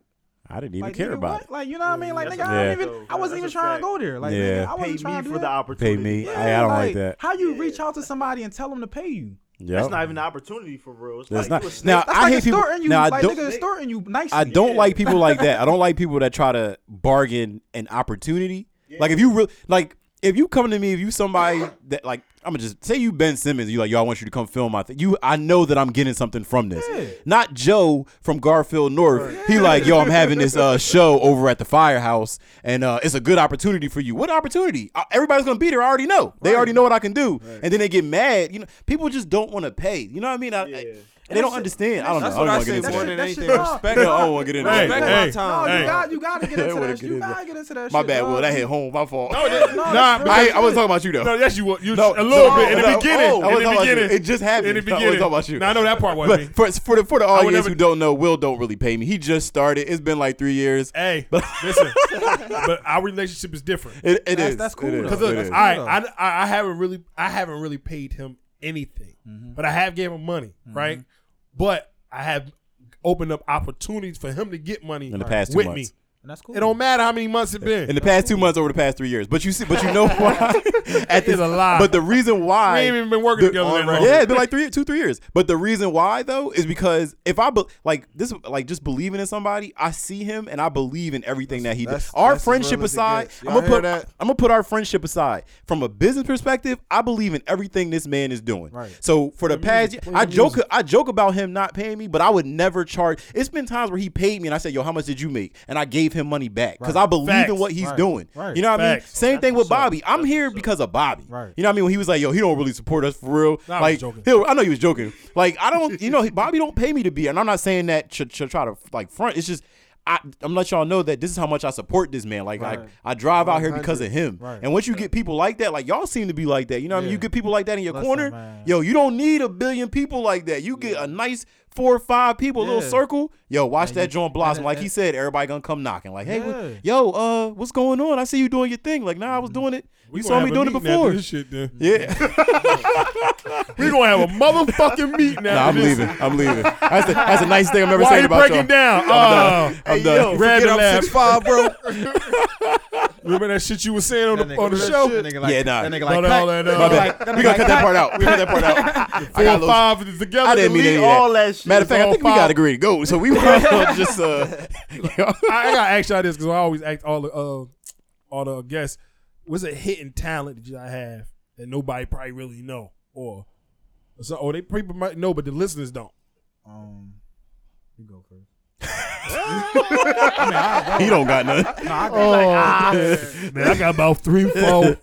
E: I didn't even
B: Like,
E: care
B: nigga,
E: about
B: what?
E: it.
B: Like, you know what I mean? Like,
A: that's
B: nigga,
E: a
B: I
E: fact,
B: don't even.
A: though.
B: I wasn't
A: That's
B: even
A: a
B: trying
A: fact.
B: to go there. Like,
E: Yeah.
B: nigga, I
A: Pay
B: wasn't trying
A: me
B: to
A: for
B: do
A: the
B: that.
E: Pay
A: opportunity.
E: me.
B: Yeah,
E: I, I don't like that.
B: How you reach out to somebody and tell them to pay you?
E: Yep.
A: That's not even an opportunity for real. It's like
E: That's not-
A: you a snake.
E: now,
B: That's
E: I
B: like
E: hate people-
B: extorting you.
E: now, I
B: like,
E: don't-
B: nigga, extorting you nicely.
E: I don't
A: Yeah.
E: like people like that. I don't like people that try to bargain an opportunity. Like if you really like if you come to me, if you somebody that like I'm gonna just say you Ben Simmons, you like yo, I want you to come film my thing. You, I know that I'm getting something from this. Not Joe from Garfield North. He like yo, I'm having this uh, show over at the firehouse, and uh, it's a good opportunity for you. What opportunity? Uh, Everybody's gonna be there. I already know. They already know what I can do, and then they get mad. You know, people just don't want to pay. You know what I mean? I, I- they don't understand. I don't
D: That's
E: know.
D: what I
E: don't
D: say
E: wanna get
D: more
E: into
D: than
E: it.
B: that shit-
D: anything.
B: that shit
D: Respect.
E: No, I don't want to get into
C: Hey,
E: it.
D: Respect
C: hey,
D: my
B: No,
D: time.
C: hey.
B: you got you gotta get into that.
E: wanna get
B: You
E: in there.
B: gotta get into that.
E: My
B: shit,
E: bad, Will.
B: dog.
E: That hit home. My fault.
C: No,
B: No,
C: that- nah,
B: that's
C: but-
B: real.
E: I, I wasn't talking about you though.
C: No, yes, you were. You
E: No,
C: a little
E: no,
C: bit in the
E: no,
C: beginning.
E: oh, I
C: in
E: wasn't
C: the
E: talking about you.
C: beginning,
E: It just happened.
C: In the
E: I wasn't
C: beginning,
E: talking about you.
C: Now I know that part
E: but
C: wasn't. me.
E: for for the for the
C: would
E: audience
C: never-
E: who don't know, Will don't really pay me. He just started. It's been like three years.
C: Hey, listen, but our relationship is different.
E: It, it
B: That's-
E: is.
B: that's cool,
E: It is.
B: though.
C: Because look,
E: It is.
C: I,
B: though.
C: I, I I haven't really I haven't really paid him anything,
E: Mm-hmm.
C: but I have gave him money, right? But I have opened up opportunities for him to get money
E: In the past two
C: with
E: months.
C: me.
B: And that's cool.
C: It don't matter how many months it's been.
E: in the past two months over the past three years. But you see, but you know why? At
C: It's a lie.
E: But the reason why
C: We ain't even been working
E: the-
C: together that long.
E: Yeah, it's been like three, two, three years. But the reason why though is because if I be, like this, like just believing in somebody, I see him and I believe in everything that he does.
D: that's-
E: Our
D: that's as
E: friendship
D: real as it
E: aside,
D: gets.
E: I'm
D: Y'all
E: gonna
D: hear
E: put
D: that?
E: I'm gonna put our friendship aside. From a business perspective, I believe in everything this man is doing.
B: Right.
E: So for the past, year, I joke, I joke about him not paying me, but I would never charge. It's been times where he paid me and I said, "Yo, how much did you make?" And I gave him money back because I believe in
C: Facts.
E: what he's
B: Right.
E: doing.
B: Right.
E: You know what I mean?
C: Facts.
E: Same thing with Bobby. I'm here because of Bobby.
B: Right.
E: You know what I mean? When he was like, "Yo, he don't really support us for real."
C: Nah, I was
E: like,
C: joking.
E: he'll- I know he was joking. Like, I don't, you know, he- Bobby don't pay me to be, here, and I'm not saying that to, to try to like front. It's just. I, I'm let y'all know that this is how much I support this man. Like
B: Right.
E: I, I drive out here because of him.
B: Right.
E: And once you get people like that, like y'all seem to be like that. You know what I mean?
B: Yeah.
E: You get people like that in your
B: Listen,
E: corner.
B: man.
E: Yo, you don't need a billion people like that. You get a nice four or five people, little
B: Yeah.
E: circle. Yo, watch that joint blossom.
B: and-
E: like he
B: and-
E: said, everybody gonna come knocking. Like, hey,
B: Yeah.
E: what, yo, uh, what's going on? I see you doing your thing. Like, nah, I was doing it.
C: Mm-hmm. We
E: You
C: gonna
E: saw me
C: have a
E: doing it
C: meeting after
E: before.
C: This shit, then.
E: Yeah.
C: We gonna have a motherfucking meeting now.
E: nah, I'm leaving. I'm leaving. That's the, that's the nicest thing I've ever
C: Why
E: said
C: you
E: about y'all.
C: breaking down?
E: I'm
C: Uh,
E: done. I'm
D: Hey,
E: done.
D: yo,
C: Grab
D: forget
C: the
D: I'm
C: laugh.
D: six five, bro.
C: Remember that shit you was saying on
B: That
C: the
B: nigga-
C: on the
B: that
C: show?
B: shit, nigga, like,
E: Yeah, nah.
B: That nigga
C: All
B: like,
C: that- all
B: cut.
C: that,
E: My
C: uh,
E: bad. we gonna cut that part out. We cut that part out. I
C: four
E: got
C: or
E: those-
C: five together.
E: I didn't mean
C: delete
E: any of
C: all
E: that.
C: that shit.
E: Matter of fact, I
C: All
E: think we got
C: five.
E: to agree to go. So we might as well just uh,
C: I, I gotta ask y'all this because I always ask all the uh, all the guests, what's a hidden talent that y'all have that nobody probably really know or so, or they people might know but the listeners don't.
B: Um, you go first.
E: he don't got nothing.
B: No, I
C: Oh, man, I got about three, four.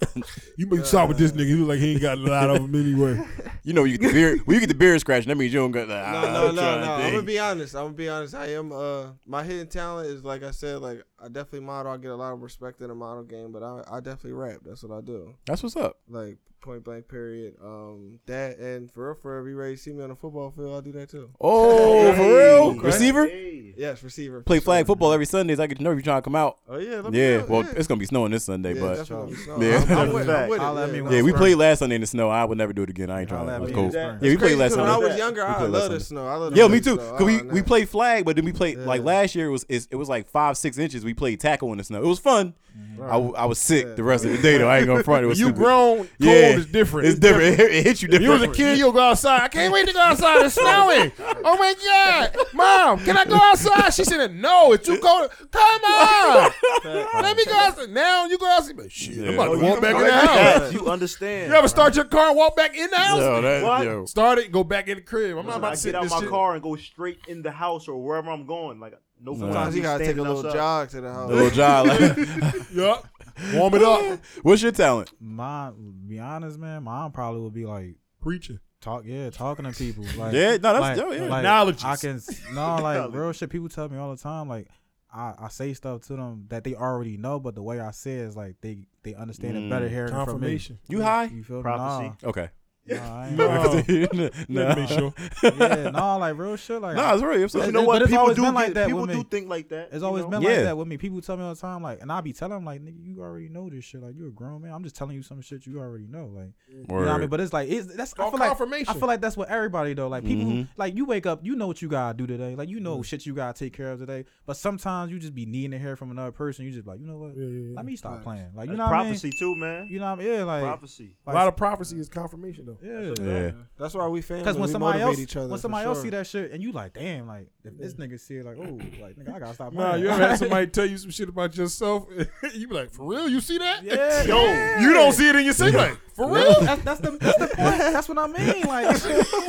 C: You may start with this nigga. He was like he ain't got a lot of them anyway.
E: You know, when you get the beard. when you get the beard scratch, that means you don't get the.
D: No, no, no, no. I'm gonna be honest. I'm gonna be honest. I am. Uh, my hidden talent is like I said. Like I definitely model. I get a lot of respect in the model game, but I, I definitely rap. That's what I do.
E: That's what's up.
D: Like point blank. Period. Um, that and for real, for every race, see me on the football field. I do that too.
E: Oh, for real, receiver.
A: Hey.
D: Yes, receiver.
E: Play flag football every Sundays. I get to know if you're trying to come out.
D: Oh yeah. let me
E: Yeah,
D: know.
E: well, it's gonna be snowing this Sunday,
D: yeah,
E: but
D: definitely. So,
E: Yeah.
D: I'm- I'm with- I'm with it,
B: Holla at me
D: yeah.
B: when
E: yeah, we
B: Right.
E: played last Sunday in the snow. I would never do it again. I ain't trying.
B: Holla
E: That
B: at
E: was
B: me
E: cold.
B: in
E: Yeah,
B: spring.
E: we played
D: Crazy,
E: last
D: 'cause
E: Sunday.
D: When I was younger, I
E: played last
D: love the
E: Sunday.
D: snow. I love the
E: Yeah, me
D: rain,
E: too.
D: so I
E: Cause we,
D: don't
E: we
D: know.
E: played flag, but then we played like
D: Yeah.
E: last year it was it, it was like five six inches. We played tackle in the snow. It was fun. I, w- I was sick
D: Yeah.
E: the rest of the day though. I ain't gonna front. It was
C: you
E: stupid.
C: grown, cold
E: Yeah,
C: is different.
E: It's different. It, hit- it hits you
C: If you
E: different.
C: was a kid, you'll go outside. I can't wait to go outside. It's snowing. Oh my god, mom, can I go outside? She said, "No, it's too cold. Come on, let me go outside." Now you go outside. But shit, I'm
A: Oh,
C: about to
E: Yeah.
C: walk back in
A: Like
C: the house.
A: that, You understand?
C: You ever start your car and walk back in the house?
E: Yo, that-
A: What?
E: yo.
C: Start it, go back in the crib. I'm not
A: Listen,
C: about
A: I
C: to sit
A: get
C: in
A: out
C: this
A: my
C: shit.
A: car and go straight in the house or wherever I'm going. Like no,
D: Sometimes you gotta take a little jog to the house.
E: little job. Like, uh,
C: Yup. Warm it up.
E: what's your talent?
B: Mine, be honest, man. Mine probably would be like
C: Preaching.
B: talk, yeah, talking to people. Like,
E: Yeah, no, that's
B: like,
E: yo, yeah.
B: like,
C: Knowledges.
B: I can s- no, like real shit. People tell me all the time, like I, I say stuff to them that they already know, but the way I say it is like they they understand it better hearing it from me.
C: Confirmation.
E: Mm. you high?
B: You feel me?
A: Prophecy.
E: Okay.
B: Nah, nah, I ain't-
C: No.
E: no,
C: Let me
E: no,
C: sure.
B: yeah, no, like real shit. Like
E: it's real. It's
A: But
E: real.
A: you
B: But
A: know
B: it- but
A: what?
B: it's
A: People
B: always
A: do
B: been like
A: get-
B: that
A: People
B: with me.
A: do think like that.
B: It's
A: you
B: always
A: know?
B: been
E: Yeah.
B: like that with me. People tell me all the time, like, and I be telling them, like, nigga, you already know this shit. Like, you're a grown man. I'm just telling you some shit you already know. Like, you know what I mean? But it's like, it's that's I
C: All
B: feel like
C: confirmation.
B: I feel like that's what everybody though. Like people,
E: Mhm.
B: like you wake up, you know what you gotta do today. Like you know shit you gotta take care of today. But sometimes you just be needing to hear from another person. You just be like, you know what?
C: Yeah, yeah, yeah.
B: Let me stop
D: Facts.
B: playing. Like you
A: That's
B: know
A: prophecy too, man.
B: what I mean? You know what I mean? Yeah, like
A: prophecy.
C: A lot of prophecy is confirmation, though.
B: yeah.
E: yeah.
D: That's why we family.
B: Because when
D: we
B: somebody
D: motivate
B: else,
D: each other,
B: when
D: for
B: somebody else
D: sure.
B: see that shit, and you like, damn, like if this nigga see it, like, oh, like nigga, I gotta stop.
C: Nah,
B: playing.
C: you ever had somebody tell you some shit about yourself? you be like, for real? You see that?
B: Yeah,
C: Yo,
B: yeah.
C: you don't see it in your sleep. Like, for real?
B: that's, that's the that's the point. That's what I mean. Like,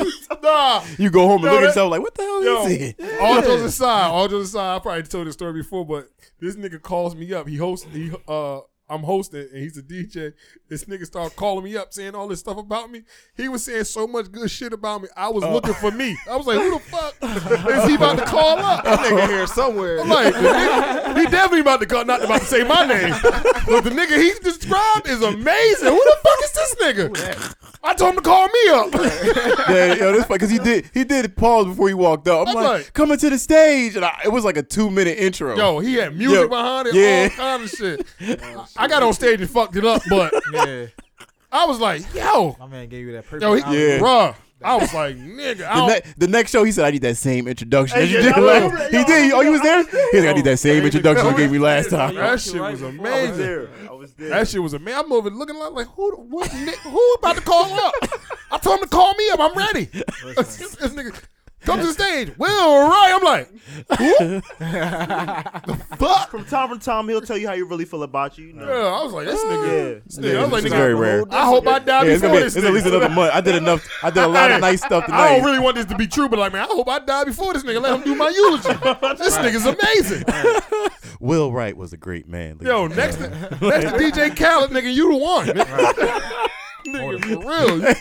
C: nah.
E: You go home and
C: Yo,
E: look at
C: that-
E: yourself like, what the hell
C: Yo,
E: is it?
C: all jokes aside, all jokes aside, I probably told this story before, but this nigga calls me up. He hosts, he, uh, I'm hosting and he's a DJ. This nigga started calling me up saying all this stuff about me. He was saying so much good shit about me. I was looking for me. I was like, who the fuck is he about to call up?
D: nigga here somewhere.
C: I'm like, the nigga, he definitely about to call, not about to say my name, but the nigga he described is amazing. Who the fuck is this nigga? I told him to call me up.
E: yeah, yo, this because he did he did pause before he walked up. I'm,
C: I'm
E: like,
C: like-
E: coming to the stage, and I, it was like a two minute intro.
C: Yo, he had music
E: Oh, Yo,
C: behind it,
E: yeah. Oh,
C: all kind of shit. I got on stage and fucked it up, but
D: yeah.
C: I was like, yo,
B: my man gave you that perfect.
C: yo, he,
B: hour.
E: Yeah.
C: bruh. I was like, nigga, I
E: the,
C: don't,
E: ne- the next show, he said, "I need that same introduction."
A: Hey,
E: that you
A: yeah,
E: did.
A: I
E: Like,
A: remember that,
E: he
A: yo,
E: did. Oh, you was there? He's like, "I need that same introduction you
C: that
E: gave me last
C: was-
E: time."
C: That shit was
A: I was
C: amazing.
A: there. I was there.
C: That shit was amazing. I'm over looking like, like who, the- what, ni- who about to call up? I told him to call me up. I'm ready. this, this nigga comes to the stage. Well, all right. I'm like,
A: But from time to time, he'll tell you how you really feel about you. you know.
C: yeah. I was like, this nigga.
A: Yeah.
C: This nigga. I was like,
E: it's
C: nigga,
E: very rare.
C: I hope I die
E: Yeah, it's
C: before
E: gonna be.
C: this.
E: It's at
C: nigga.
E: least another month. I did enough. I did a lot
C: Hey,
E: of nice stuff tonight.
C: I don't really want this to be true, but like, man, I hope I die before this nigga. Let him do my eulogy. this nigga's amazing.
E: Will Wright was a great man. Look
C: Yo,
E: at
C: next, to, next to DJ Khaled, nigga, you the one. nigga, for real.
E: that.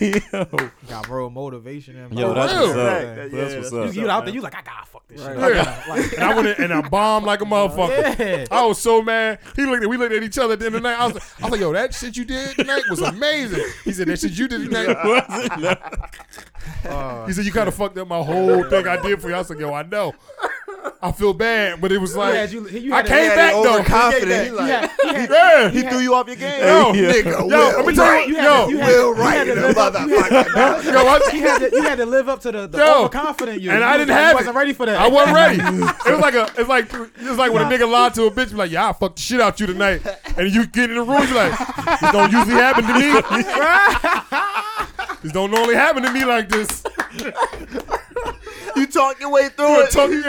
E: yo,
B: got real motivation. And
E: yo, that's
C: real.
E: what's up.
A: Fact, that-
E: That's what's
A: yeah, that's
E: up.
B: you get out there, you like, I gotta fuck this shit.
C: Yeah.
B: Like,
C: And I went in and I bombed like a motherfucker.
B: yeah.
C: I was so mad. He looked at we looked at each other at the end of the night. I was like, I was like, yo, that shit you did tonight was amazing. He said, That shit you did tonight.
D: Uh,
C: he said, You kinda fucked up my whole thing I did for you. I was like, yo, I know. I feel bad, but it was
B: You
C: like
B: had you- you
C: I
B: had a-
C: came
D: He
C: back though.
D: overconfident. He
B: You
D: like,
B: had, you had,
C: Yeah.
A: He threw you off your game.
C: Yo,
E: Yeah.
C: nigga, yo, let me tell you,
B: you had,
C: what-
B: you
C: yo,
B: had, Will Wright, you had, to, live up- you, had,
C: yo, I,
B: you, had to, you had to live up to the, the
C: Yo.
B: overconfident you.
C: And
B: you
C: I
B: was
C: didn't
B: like,
C: have
B: you wasn't
C: it.
B: ready for that.
C: I wasn't ready. It was like a, it's like, it's like when a nigga lied to a bitch, be like, yeah, I fucked the shit out you tonight, and you get in the room, you like, this don't usually happen to me. this don't normally happen to me like this.
A: You talk your way
C: You
A: through
C: a
A: it.
C: talk, yeah.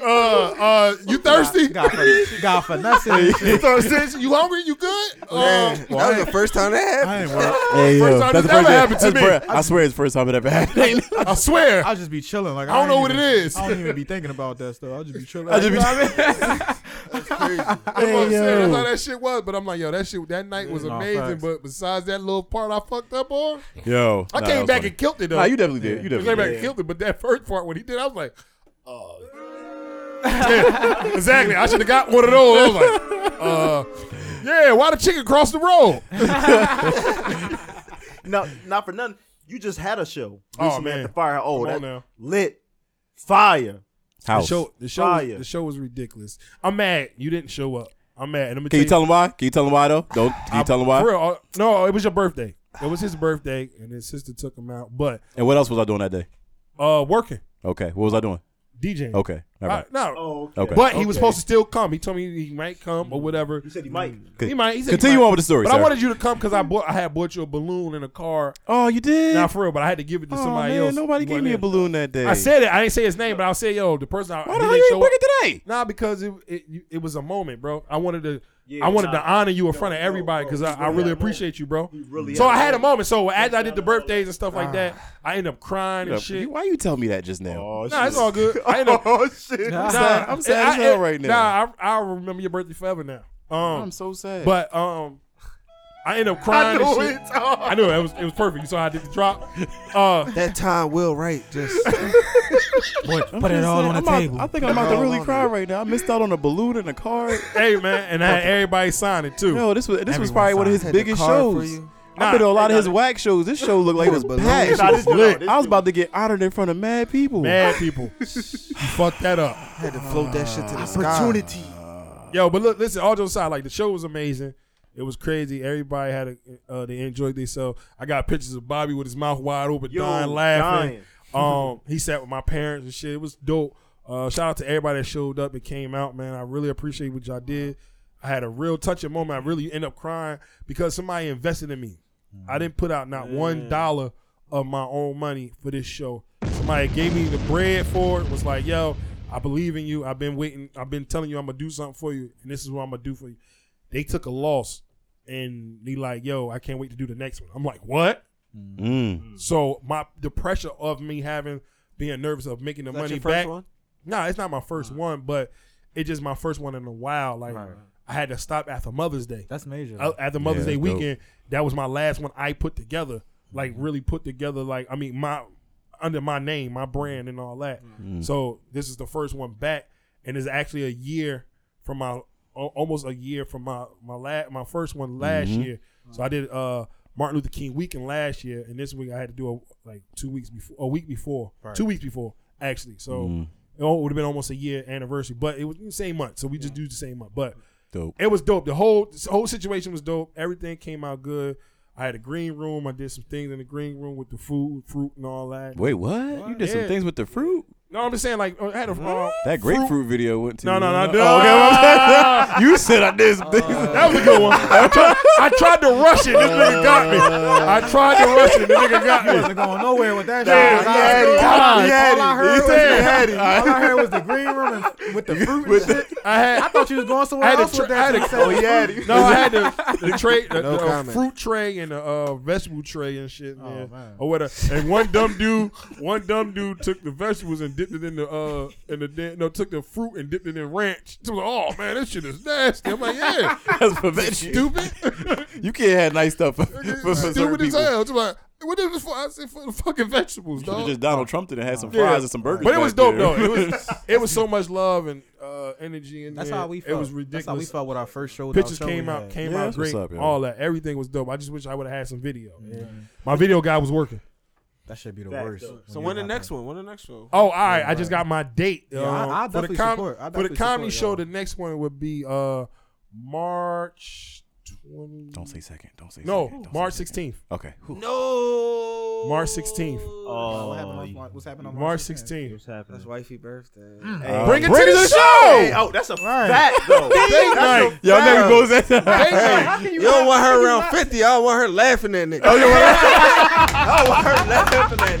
C: Uh, uh, you thirsty?
B: God for, God for nothing.
C: You thirsty? You hungry? You good? Uh,
D: Man, that was the first time that happened.
B: I ain't worried.
E: Hey,
C: First
E: yo,
C: time
E: that's
C: this
E: the first
C: ever
E: time-
C: happened to
E: that's
C: me.
E: the fir- I swear it's the first time it ever happened.
C: I swear.
B: I'll just be chilling. Like
C: I don't know
B: ain't
C: what
B: even-
C: it is.
B: I don't even be thinking about that stuff. I'll just be chilling.
E: I just be-
B: you know what I mean?
D: That's crazy.
C: That's what I'm
E: Hey,
C: saying. That's
E: yo.
C: how that shit was. But I'm like, yo, that shit, that night was
B: Nah,
C: amazing.
B: facts.
C: But besides that little part I fucked up on,
E: Yo,
C: I
E: nah, that
C: came
E: was
C: back
E: funny.
C: and killed it though.
E: Nah, you definitely did.
C: I
E: You
C: came
E: definitely
C: back
E: did.
C: and killed it. But that first part, when he did, I was like, oh. exactly. I should have got one of those. I was like, uh, yeah, why the chicken cross the road?
A: No, not for nothing. You just had a show.
C: Oh,
A: Lucy
C: man.
A: at the fire. Oh,
C: Come on
A: that
C: now.
A: lit fire.
E: House.
C: The show, the show, was,
A: Fire.
C: the show was ridiculous. I'm mad you didn't show up. I'm mad. And I'm
E: Can you tell him why? Can you tell him why though? Don't. Can you tell him
C: For
E: why?
C: real, uh, no, it was your birthday. It was his birthday, and his sister took him out. But
E: And what else was I doing that day?
C: uh, working,
E: Okay. What was I doing?
C: DJing.
E: Okay. All
C: Uh,
E: right.
C: no,
A: Oh,
E: Okay.
C: but he was
A: Okay.
C: supposed to still come. He told me he might come or whatever.
A: you said he might.
E: Con-
C: He might. He said he
E: Continue
C: might.
E: on with the story.
C: But
E: sir.
C: I wanted you to come because I bought. I had bought you a balloon and a car.
E: Oh, you did.
C: Not for real, but I had to give it to
E: oh,
C: somebody
E: man,
C: else.
E: Nobody
C: You
E: gave
C: weren't
E: me a
C: there.
E: balloon that day.
C: I said it. I didn't say his name, but I'll say, yo, the person. I,
E: Why
C: he
E: the hell
C: didn't
E: you
C: show
E: ain't bring
C: up.
E: it today?
C: Nah, because it, it you- it was a moment, bro. I wanted to
A: Yeah,
C: I wanted
A: nah.
C: to honor you in
A: Yo,
C: front of
A: bro,
C: everybody
A: bro,
C: because
A: you
C: I, I
A: really had
C: really
A: a moment.
C: appreciate you, bro.
A: You really
C: So
A: had
C: I
A: a
C: had a
A: moment.
C: moment. So as I
A: That's not
C: did the
A: a moment.
C: birthdays and stuff like that, I ended up crying and shit.
E: Why Ah. you tell me that just now?
C: Nah, it's all good. I ended up.
A: Oh shit.
B: Nah.
E: sad- I'm sad as
C: I-
E: hell right now.
C: Nah, I I remember your birthday forever now. Um,
E: I'm so sad.
C: but um, I ended up
A: I
C: crying
A: knew
C: and shit.
A: it. Oh.
C: I knew it. It was it was perfect. You saw how I did the drop. Uh,
D: that time, Will Wright just
B: Put it all on the table.
E: I think I'm about to really cry right now. I missed out on a balloon and a card.
C: hey man, and I had everybody sign it too.
E: No, this was this was
B: Everyone
E: probably one of his
D: had the
E: biggest
D: card for
E: shows.
D: you.
E: I've been to a lot of his whack shows. This show looked like it was
D: Balloon.
E: packed.
A: Nah, this- no, this
E: I was
A: dude-
E: about to get honored in front of mad people.
C: Mad people, you fucked that up.
D: had to float that shit to the sky.
A: Opportunity.
C: Yo, but look, listen, all jokes aside, like the show was amazing. It was crazy. Everybody had a, uh, they enjoyed themselves. I got pictures of Bobby with his mouth wide open,
A: Yo,
C: dying laughing. um, he sat with my parents and shit. It was dope. Uh, shout out to everybody that showed up and came out, man. I really appreciate what y'all did. I had a real touching moment. I really end up crying because somebody invested in me. I didn't put out not one dollar of my own money for this show. Somebody gave me the bread for it. Was like, yo, I believe in you. I've been waiting. I've been telling you I'm gonna do something for you, and this is what I'm gonna do for you. They took a loss, and they like, yo, I can't wait to do the next one. I'm like, what?
E: Mm.
C: So my the pressure of me having being nervous of making the
D: That's
C: money
D: your first
C: back.
D: one?
C: Nah, it's not my 1st one, but it's just my first one in a while. Like I had to stop after Mother's Day.
B: That's major.
C: Uh, after Mother's
E: Yeah,
C: Day
E: dope.
C: weekend, that was my last one I put together. Like really put together. Like I mean my under my name, my brand, and all that.
E: Mm.
C: So this is the first one back, and it's actually a year from my al- almost a year from my my la- my first one last
E: Mm-hmm.
C: year. So I did uh Martin Luther King weekend last year, and this week I had to do a, like two weeks before, a week before, two weeks before actually. So
E: Mm.
C: it would have been almost a year anniversary, but it was the same month. So we just do the same month, but.
E: Dope.
C: It was dope. The whole this whole situation was dope. Everything came out good. I had a green room. I did some things in the green room with the food, fruit, and all that.
E: Wait, what? You did
C: Yeah.
E: some things with the fruit?
C: No, I'm just saying, like I had a uh,
E: That grapefruit video went to
C: No, no, no, Uh,
E: Oh,
C: dude.
E: okay, I'm saying- you said I did some things.
C: That was a good one. I tried, I tried to rush it. This nigga got me. I tried to rush it. This nigga got me.
B: wasn't going nowhere with that
C: Yeah,
B: shit.
C: yeah,
B: All I- all,
C: yeah,
B: I,
C: yeah,
B: all I heard was
C: yeah.
B: all I heard was the green room and, with the fruit. and shit.
C: I had.
B: I thought you was going
C: I
B: somewhere
C: had
B: else
C: to. Tra-
B: with
C: I had
B: that.
C: to. Oh yeah. No, I had to. The tray, the,
D: No
C: the, uh,
D: comment.
C: fruit tray, and the uh, vegetable tray and shit. man.
B: Oh, man.
C: Or whatever. And one dumb dude, one dumb dude took the vegetables and dipped it in the uh in the da- no took the fruit and dipped it in ranch. So I was like, oh man, this shit is nasty. I'm like, yeah,
E: That's prevention.
C: stupid,
E: You can't have nice stuff for, for, for certain
C: stupid as
E: people.
C: hell. I'm like, what is this for? I said for the fucking vegetables,
E: Should've
C: dog.
E: just Donald Trump did and had some
C: Yeah.
E: fries and some burgers.
C: But it was
E: back
C: dope
E: there.
C: though. It was it was so much love and uh, energy and
B: That's how we
C: It
B: felt.
C: was
B: That's how we
C: ridiculous.
B: felt with our first show.
C: Pictures
B: show we
C: came out,
B: had.
C: came
E: Yeah,
C: out
E: that's what's
C: great.
E: up, yo.
C: all that, everything was dope. I just wish I would have had some video. My video guy was working.
B: That should be the
A: Back
B: worst.
A: though.
D: So when the
B: you're
D: next
B: out
D: one? When the next one?
C: Oh, all right. I just got my date.
B: Yeah, I-
C: um,
B: I
C: for the
B: definitely
C: com-
B: support. I
C: for the
B: definitely
C: comedy
B: support
C: show.
B: y'all.
C: The next one would be uh March twenty.
E: Don't say second. Don't say second.
C: no
E: Don't say
C: March
E: second.
C: sixteenth.
E: Okay. Whew.
D: No.
C: March 16th.
B: there.
A: Oh,
B: What happened on- What's happening on
C: March
B: 16th?
C: sixteenth.
A: What's happening?
D: That's wifey birthday.
E: Uh,
C: Bring it to the
A: Hey,
C: show.
A: oh, that's a fact though.
C: Date night.
E: Y'all never goes at
C: Date night.
A: How can
D: You
A: you
D: don't
A: have-
D: want her around 50. I want her laughing at niggas. Oh, you want her laughing at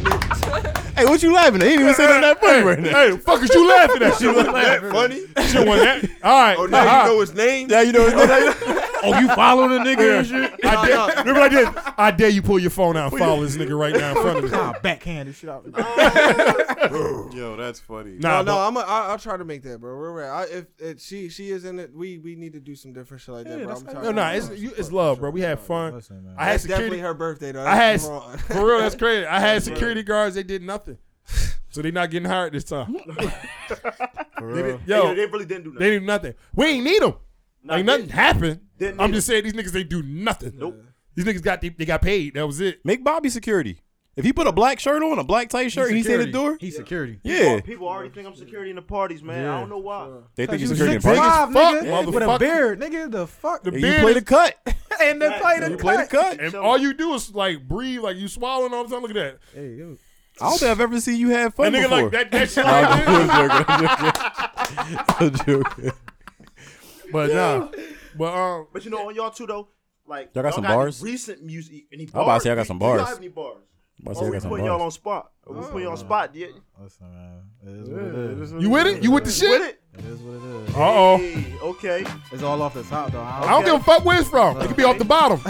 D: niggas.
E: Hey, what you laughing at? He ain't even saying nothing that funny right now.
C: Hey, the fuck is you laughing at? Shit,
D: That funny?
C: Shit, wasn't that? All right. Uh-huh.
D: Oh, now you know his name?
E: Yeah, you know.
B: oh, you following a nigga and shit?
C: I dare, remember I did. I dare you pull your phone out and follow this nigga right now in front of me.
B: Nah, backhand and shit out.
E: Yo, that's funny.
C: Nah,
D: no, no,
C: but-
D: I'm a, I, I'll try to make that, bro. We're right. I, if it, she she is in it, we we need to do some different shit like that, bro. I'm
C: no, nah, it's you, it's love, bro. We had fun.
B: Listen, man.
C: I had
D: That's definitely
C: security.
D: her birthday though.
C: I had
D: That's wrong.
C: for real. That's crazy. I had security guards. They did nothing, so they not getting hired this time. They did-
A: Yo,
C: yo,
A: they really didn't do nothing.
C: they do nothing. We ain't need them.
A: Nah,
C: like nothing happened.
A: didn't
C: I'm
A: need
C: just saying these niggas they do nothing.
A: Nope.
C: These niggas got they, they got paid. That was it.
E: Make Bobby security. If he put a black shirt on, a black tight shirt, and he's in the door.
B: He's security.
E: Yeah,
A: People already think I'm security in the parties, man. I don't know why.
E: they think he's
B: You
E: security.
B: six
E: in person.
B: five,
C: fuck,
B: nigga, with a
C: motherfucker.
B: beard, nigga. The fuck,
C: The
E: And
C: beard
E: you play
C: is-
E: the cut.
B: and they play the
E: You play the
B: cut.
E: cut.
C: And
A: So-
C: all you do is like breathe, like you swallowing all the time. Look at that.
B: Hey, yo.
E: I don't think I've ever seen you have fun
C: That nigga
E: before.
C: like that. That shit.
E: I'm
C: Like this.
E: joking, I'm joking.
C: But nah. But um.
A: But you know, on y'all too though, like
E: Y'all got some
A: any
E: bars?
A: Recent music, any bars?
E: about to say y'all got some
A: Do y'all
E: bars.
A: have any bars?
E: I'm about to
A: Or
E: say I
A: we
E: got some
A: putting y'all
E: bars.
A: on spot. Or we putting y'all on spot. Yeah.
B: Listen, man. It is what it is.
C: You with it? You with the
A: With
C: shit?
A: it?
B: It is what it is.
C: Uh oh.
A: Hey, okay.
B: It's all off the top, though. I
C: I
B: don't-
C: don't give a fuck where it's from. It could be off the bottom.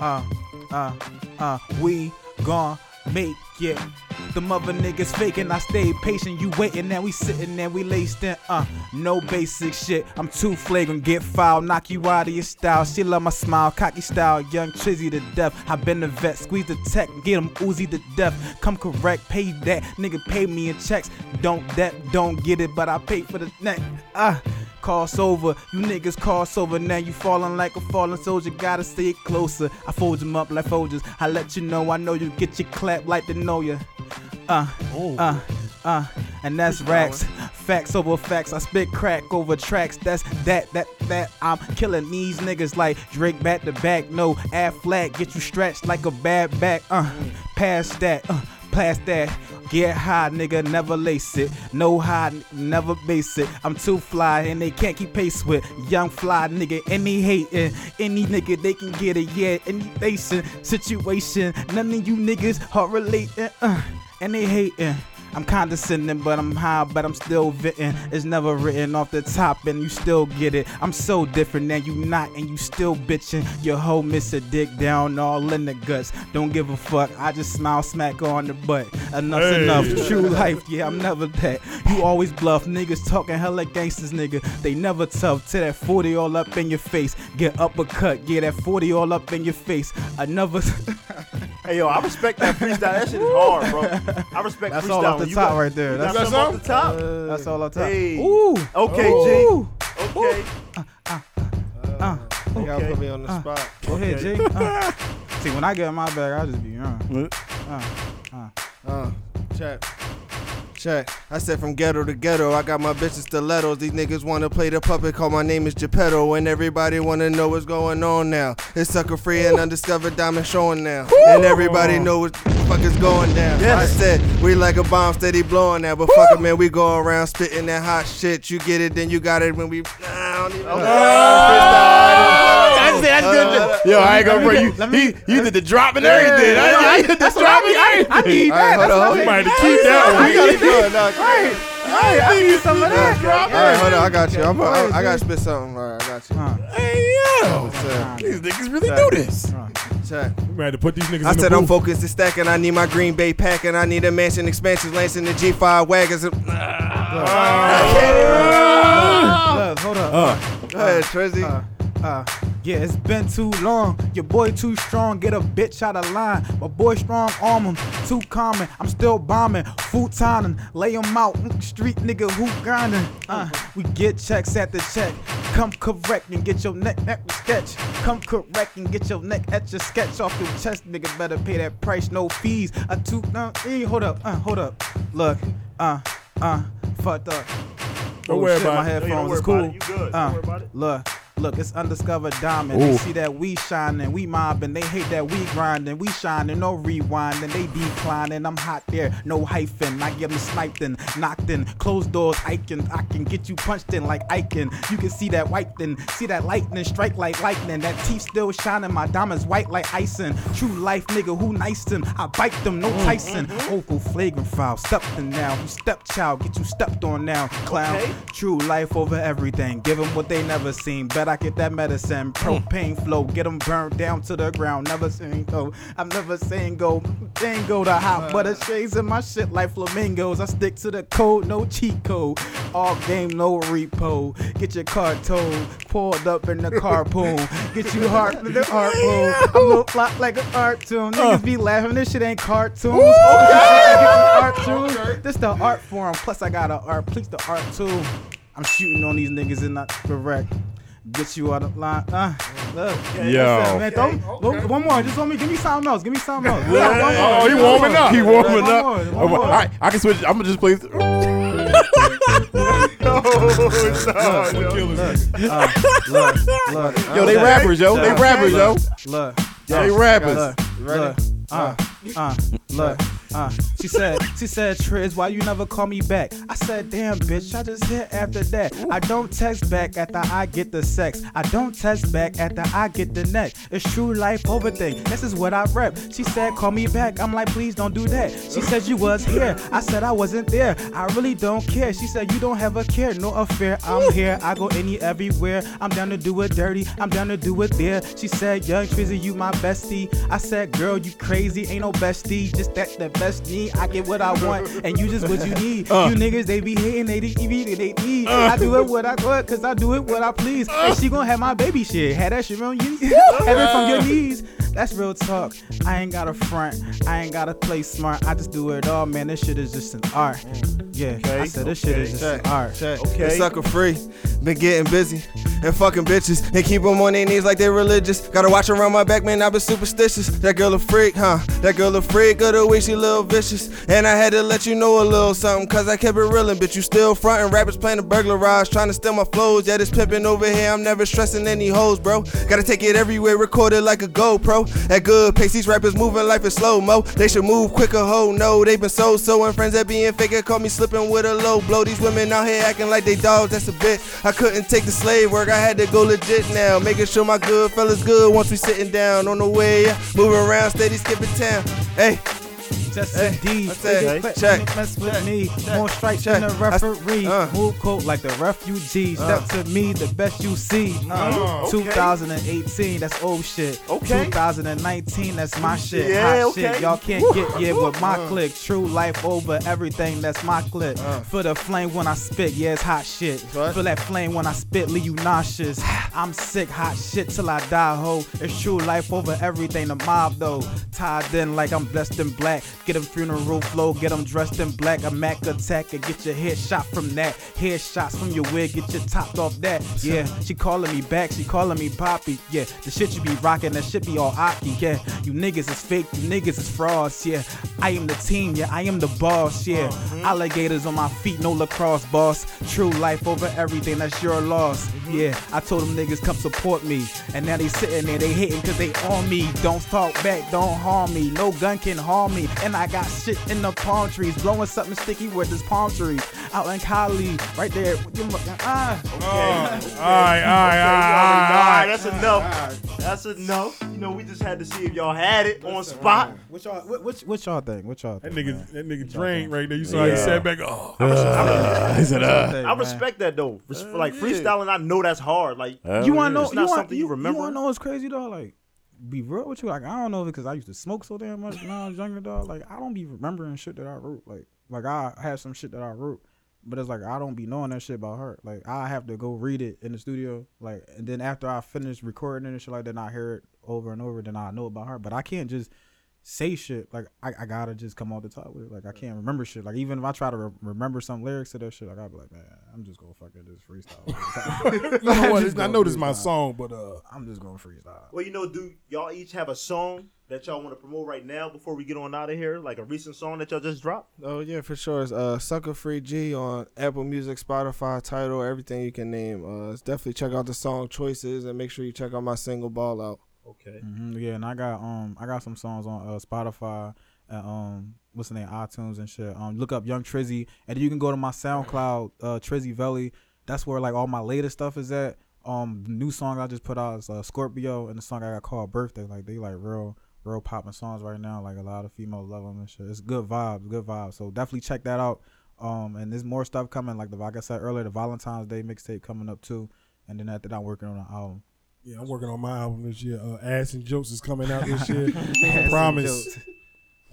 B: uh, uh, uh, we gon' make it. The mother niggas faking, I stay patient. You waiting, now we sitting there, we laced in. Uh, no basic shit. I'm too flagrant, get foul, knock you out of your style. She love my smile, cocky style, young trizzy to death. I been a vet, squeeze the tech, get him oozy to death. Come correct, pay that, nigga pay me in checks. Don't that, don't get it, but I pay for the neck. Uh, Cross over, you niggas cross over. Now you falling like a fallen soldier. Gotta stay closer. I fold them up like Folgers. I let you know, I know you get your clap like the know ya. Uh, uh, uh, and that's racks. Facts over facts. I spit crack over tracks. That's that, that, that. I'm killing these niggas like Drake back to back. No, add flat. Get you stretched like a bad back. Uh, past that. Uh, past that. Get high, nigga, never lace it. No high, n- never base it. I'm too fly and they can't keep pace with young fly nigga. Any hating, any nigga they can get it. Yeah, any facing situation. None of you niggas are relating. Uh, and they hating. I'm condescending, but I'm high, but I'm still venting. It's never written off the top, and you still get it. I'm so different, now you not, and you still bitching. Your hoe miss a dick down all in the guts. Don't give a fuck, I just smile smack her on the butt. Enough's
C: Hey.
B: enough, true life, yeah, I'm never that. You always bluff, niggas talking hella gangsters, nigga. They never tough till that 40 all up in your face. Get uppercut, yeah, that 40 all up in your face. Another.
A: Hey yo, I respect that freestyle. That shit is hard, bro. I respect
B: That's
A: freestyle.
B: all off the
A: When you
B: top
A: got-
B: right there.
A: you
B: That's-
A: got something off the top.
B: That's all I talk.
A: Hey.
B: Ooh.
A: Okay, G.
B: Ooh.
A: Oh. Okay.
B: Uh,
D: You gotta
A: Okay.
D: put me on
C: Ah.
D: the spot.
B: Go ahead, Jay. Uh, see, when I get in my bag, I'll just be on.
D: Uh, check. Check. I said from ghetto to ghetto, I got my bitch in stilettos. These niggas wanna play the puppet, call my name is Geppetto, and everybody wanna know what's going on now. It's sucker free and undiscovered diamond showing now, and everybody know what the fuck is going down. I said we like a bomb steady blowing now, but fuck it, man, we go around spitting that hot shit. You get it, then you got it when we. I don't even know.
E: That's it. That's good. Yo, I ain't gonna bring you. He, you did the drop and everything. I, I did the drop and everything. I need
D: All right, hold on.
C: You might have to keep that one.
D: We gotta do it now.
E: I need some of
D: All right, hold on. I got you. I'm, I, I gotta spit something. All right, I got you.
E: Hey yo,
D: Check.
E: these niggas really do this.
D: Check.
C: You might have to put these niggas
D: I
C: in the
D: said I'm
C: booth.
D: focused and stacking. I need my Green Bay packing. I need a mansion expansion, lancing the G5 wagons. Oh.
B: Love, hold up.
D: Go ahead, Trezzy.
B: Uh, yeah, it's been too long. Your boy too strong. Get a bitch out of line. My boy strong arm him. Too common. I'm still bombing. Food timing. Lay him out. Street nigga who grinding. Uh, we get checks at the check. Come correct and get your neck at the sketch. Come correct and get your neck at your sketch off your chest. Nigga better pay that price. No fees. A two. Uh, eh, hold up. Uh, hold up. Look. Uh, uh, fucked up.
C: Don't worry
B: shit,
C: about
B: my
C: it.
A: No, you don't
B: headphones.
A: worry
B: It's cool.
A: about it. You good. Don't
B: Uh,
A: worry about it.
B: Look, Look, it's undiscovered diamond. They see that we shining, we mobbing. They hate that we grinding, we shining, no rewinding. They declining. I'm hot there, no hyphen. I get them sniped and knocked in. Closed doors, I can, I can get you punched in like Icon. You can see that white then, see that lightning strike like lightning. That teeth still shining, my diamonds white like icing. True life nigga, who nice them? I bite them, no Tyson. Local flagrant foul, something now. You stepchild, get you stepped on now, clown. True life over everything. Give them what they never seen. Bet I get that medicine. Propane flow. Get them burned down to the ground. Never seen go. I'm never saying go. Ain't go to hot butter shades in my shit like flamingos. I stick to the code, no cheat code. All game, no repo. Get your car towed. Pulled up in the carpool. Get you hard in the carpool. I'm gonna flop like a cartoon. Niggas be laughing. This shit ain't cartoons. Oh, This shit ain't cartoons. This the art form. Plus I got an art. Please the art too. I'm shooting on these niggas and not correct. Get you out of line. Uh, look.
E: Yo.
B: Listen, man, throw- one- One more. Just on me. Give me something else. Give me something else. One more.
C: Oh, he warming up.
E: He warming
B: One
E: up.
B: more, one
E: Oh,
B: more.
E: all right, I can switch. I'm gonna just play. th-
A: Oh,
B: Look, look,
E: Yo, they
B: look,
E: rappers, yo. They rappers, yo.
B: Look,
E: They rappers.
B: look, look. Uh, uh, look. Uh, she said, she said, Triz, why you never call me back? I said, damn, bitch, I just hit after that. I don't text back after I get the sex. I don't text back after I get the neck. It's true life over thing. This is what I rep. She said, call me back. I'm like, please don't do that. She said, you was here. I said, I wasn't there. I really don't care. She said, you don't have a care, no affair. I'm here. I go any everywhere. I'm down to do it dirty. I'm down to do it there. She said, young Trizzy, you my bestie. I said, girl, you crazy. Ain't no bestie. Just that the best need. I get what I want, and you just what you need.
A: Uh.
B: You niggas, they be hating. They be eating. They need. I do it what I want, cause I do it what I please.
A: Uh.
B: and she gon' have my baby shit. Had that shit on you. Have it from your knees. That's real talk. I ain't got a front. I ain't got to play smart. I just do it all, man. This shit is just an art. Yeah, I said this shit is just
D: Check,
B: an art.
D: check.
A: Okay.
D: Okay. sucker free. Been getting busy and fucking bitches. They keep them on their knees like they're religious. Gotta watch around my back, man. i been superstitious. That girl a freak, huh? That girl a freak of the week. She little vicious. And I had to let you know a little something, cause I kept it reeling. Bitch, you still frontin'. Rappers playing to burglarize, trying to steal my flows. Yeah, this pimpin' over here. I'm never stressing any hoes, bro. Gotta take it everywhere, record it like a GoPro. At good pace, these rappers moving life in slow mo. They should move quicker, ho. No, they been so so. And friends that being fake, caught me slipping with a low blow. These women out here acting like they dogs, that's a bit. I couldn't take the slave work, I had to go legit now. Making sure my good fellas good once we sitting down on the way. Yeah. Moving around, steady skipping town. Hey,
B: Just
D: Hey,
B: a D.
D: I said,
B: Don't
D: check,
B: don't mess with
D: check,
B: me.
D: check,
B: More strikes
D: check.
B: than a referee.
D: I- uh.
B: Move coat like the refugee. Step to me, the best you see.
A: Uh, okay.
B: 2018, that's old shit.
A: Okay.
B: 2019, that's my shit.
A: Yeah,
B: Hot
A: okay. Uh.
B: shit. Y'all can't get yeah with my click. True life over everything, that's my clip. For the flame when I spit, yeah, it's hot shit.
D: right.
B: Feel that flame when I spit, leave you nauseous. I'm sick, hot shit till I die, ho. It's true life over everything. The mob though, tied in like I'm blessed in black. Get 'em funeral flow, get 'em dressed in black. A Mac attack and get your head shot from that. Head shots from your wig, get your topped off that. Yeah, she calling me back, she calling me poppy. Yeah, the shit you be rocking, that shit be all aki. Yeah, you niggas is fake, you niggas is frauds. Yeah, I am the team, yeah, I am the boss. Yeah, alligators on my feet, no lacrosse, boss. True life over everything, that's your loss. Yeah, I told them niggas come support me. And now they sitting there, they hating cause they on me. Don't talk back, don't harm me. No gun can harm me. And I got shit in the palm trees, blowing something sticky with this palm tree. Out in Cali, right there. You mu- Ah.
C: All right, all right, all right, all right.
A: That's enough. That's enough. You know, we just had to see if y'all had it on spot.
B: What y'all, what, what, what y'all think? What y'all
C: That
B: think? man?
C: nigga, that nigga drained right there. You saw how he sat back. Oh,
E: He said, uh.
B: Think,
A: I
B: man.
A: respect that though. Res- like freestyling, I know that's hard. Like
B: You want to know?
A: Uh, It's not
B: you want,
A: something you remember.
B: You want to know what's crazy though? Like, be real with you. Like, I don't know because I used to smoke so damn much when I was younger, dog. Like, I don't be remembering shit that I wrote. Like, like I have some shit that I wrote, but it's like I don't be knowing that shit by heart. Like, I have to go read it in the studio. Like, and then after I finish recording it and shit like that, and I hear it over and over, then I know it by heart. But I can't just say shit, like I, I gotta just come off the top with it. Like I can't remember shit. Like even if I try to re- remember some lyrics to that shit, like I'll be like, man, I'm just gonna fucking just freestyle.
C: You know what?
B: just
C: I
B: gonna
C: know this is my
B: freestyle.
C: song, but uh,
B: I'm just gonna freestyle.
A: Well, you know, do y'all each have a song that y'all want to promote right now before we get on out of here? Like a recent song that y'all just dropped?
D: Oh yeah, for sure. It's uh, Sucker Free G on Apple Music, Spotify, title, everything you can name. Uh, it's definitely check out the song choices and make sure you check out my single Ball Out.
A: Okay.
B: hmm yeah, and I got um I got some songs on uh, Spotify. And, um, what's the name? iTunes and shit. Um, look up Young Trizzy, and you can go to my SoundCloud, uh, Trizzy Valley. That's where like all my latest stuff is at. Um, the new song I just put out is uh, Scorpio, and the song I got called Birthday. Like they like real, real popping songs right now. Like a lot of females love them and shit. It's good vibes, good vibes. So definitely check that out. Um, and there's more stuff coming. Like the like I said earlier, the Valentine's Day mixtape coming up too. And then after that, I'm working on an album.
C: yeah, I'm working on my album this year. Uh, Ass and Jokes is coming out this year. I promise.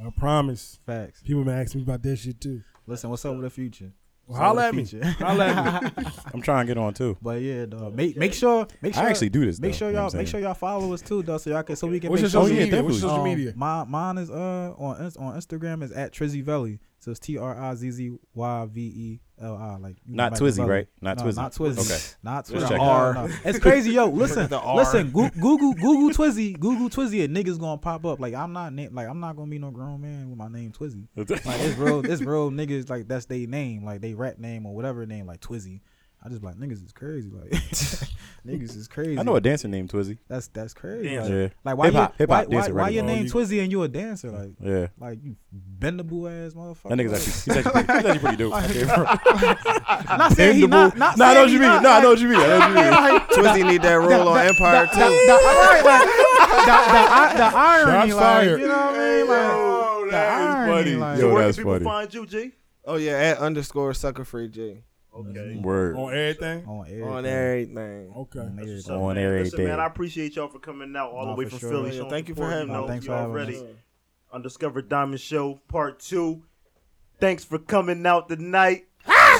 C: I promise.
B: Facts.
C: People been asking me about that shit too.
B: Listen, what's up with the future?
C: Well, holla at me.
B: Feature.
C: Holla at me.
E: I'm trying to get on too.
B: But yeah, dog. Make make sure make sure
E: I actually do this.
B: make
E: though,
B: sure
E: you know
B: y'all
E: what I'm
B: make sure
E: saying?
B: y'all follow us too, though, so y'all can so we can
C: What's your
B: make
C: social
E: Oh, yeah,
C: media? What's your social
E: definitely.
B: Um,
C: media?
B: My mine is uh on Inst- on Instagram is at Trizzy Valley. So it's T R I Z Z Y V E L I. Like you know, like
E: Not
B: the
E: Twizzy,
B: Valley.
E: right? Not
B: No,
E: Twizzy.
B: Not Twizzy.
E: Okay.
B: Not
E: Let's
B: Twizzy.
E: check
B: No,
E: it
B: no. It's crazy, yo. Listen,
D: The R.
B: listen. Goo- Google Google Twizzy. Google Twizzy, and niggas gonna pop up. Like I'm not na- like I'm not gonna be no grown man with my name Twizzy. Like it's real, it's real niggas like that's they name, like they rap name or whatever name, like Twizzy. I just be like niggas is crazy, like niggas is crazy.
E: I know a dancer named Twizzy.
B: that's that's crazy.
A: Dancer.
B: Like,
E: Yeah.
B: like, why
E: Hip-hop-
B: you,
E: hip-hop
B: why, why,
E: dancer
B: why
E: ready.
B: your
E: Oh,
B: name
C: you-
B: Twizzy and you a dancer? Like
E: Yeah.
B: like you bendable ass motherfucker.
E: That nigga's actually he's actually pretty, he's actually pretty dope. Okay, bro.
B: not saying he not, not
E: no, I
B: saying
E: know what you
B: he
E: mean.
B: Not,
E: No, I know
B: like-
E: what you mean. I know what you mean.
D: Twizzy need that role on Empire
B: the, the, the,
D: too.
B: right, like, the, the, the irony,
C: Shots
B: like,
C: fired.
B: you know what I
A: Yo, that is
B: mean? Like, the irony,
E: funny.
B: like-
E: Yo,
A: so where
E: that's
A: can people
E: funny.
A: find you, G?
D: Oh yeah, at underscore Sucker Free G
A: Okay.
E: Word.
C: on everything.
B: on air,
D: on everything.
C: Okay.
B: on air.
A: So,
E: On
A: man,
E: every
A: listen,
E: day.
A: man, I appreciate y'all for coming out all
B: Nah,
A: the way
B: for
A: from
B: sure.
A: Philly.
D: Yeah,
A: on
D: thank you for
A: support.
D: having
A: know,
B: us. Thanks
A: you
B: for having
A: already
B: us.
A: Undiscovered Diamond Show Part Two. Thanks for coming out tonight.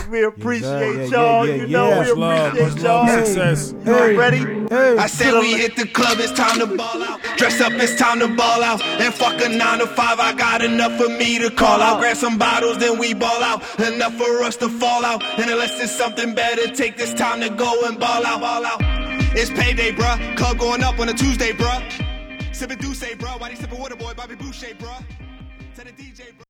A: We
B: Yeah, yeah,
A: appreciate y'all.
B: yeah,
A: You
B: yeah,
A: know,
B: yeah.
A: we
B: Much
C: love,
A: appreciate
C: much
A: y'all.
C: love, success.
A: You all ready?
F: I said we hit the club, it's time to ball out. Dress up, it's time to ball out. And fuck a nine to five, I got enough for me to call out. Grab some bottles, then we ball out. Enough for us to fall out. And unless it's something better, take this time to go and ball out, ball out. It's payday, bruh. Club going up on a Tuesday, bruh. Sippin' Douce, bruh. Why they sippin' Waterboy, Bobby Boucher, bruh. To the DJ, bruh.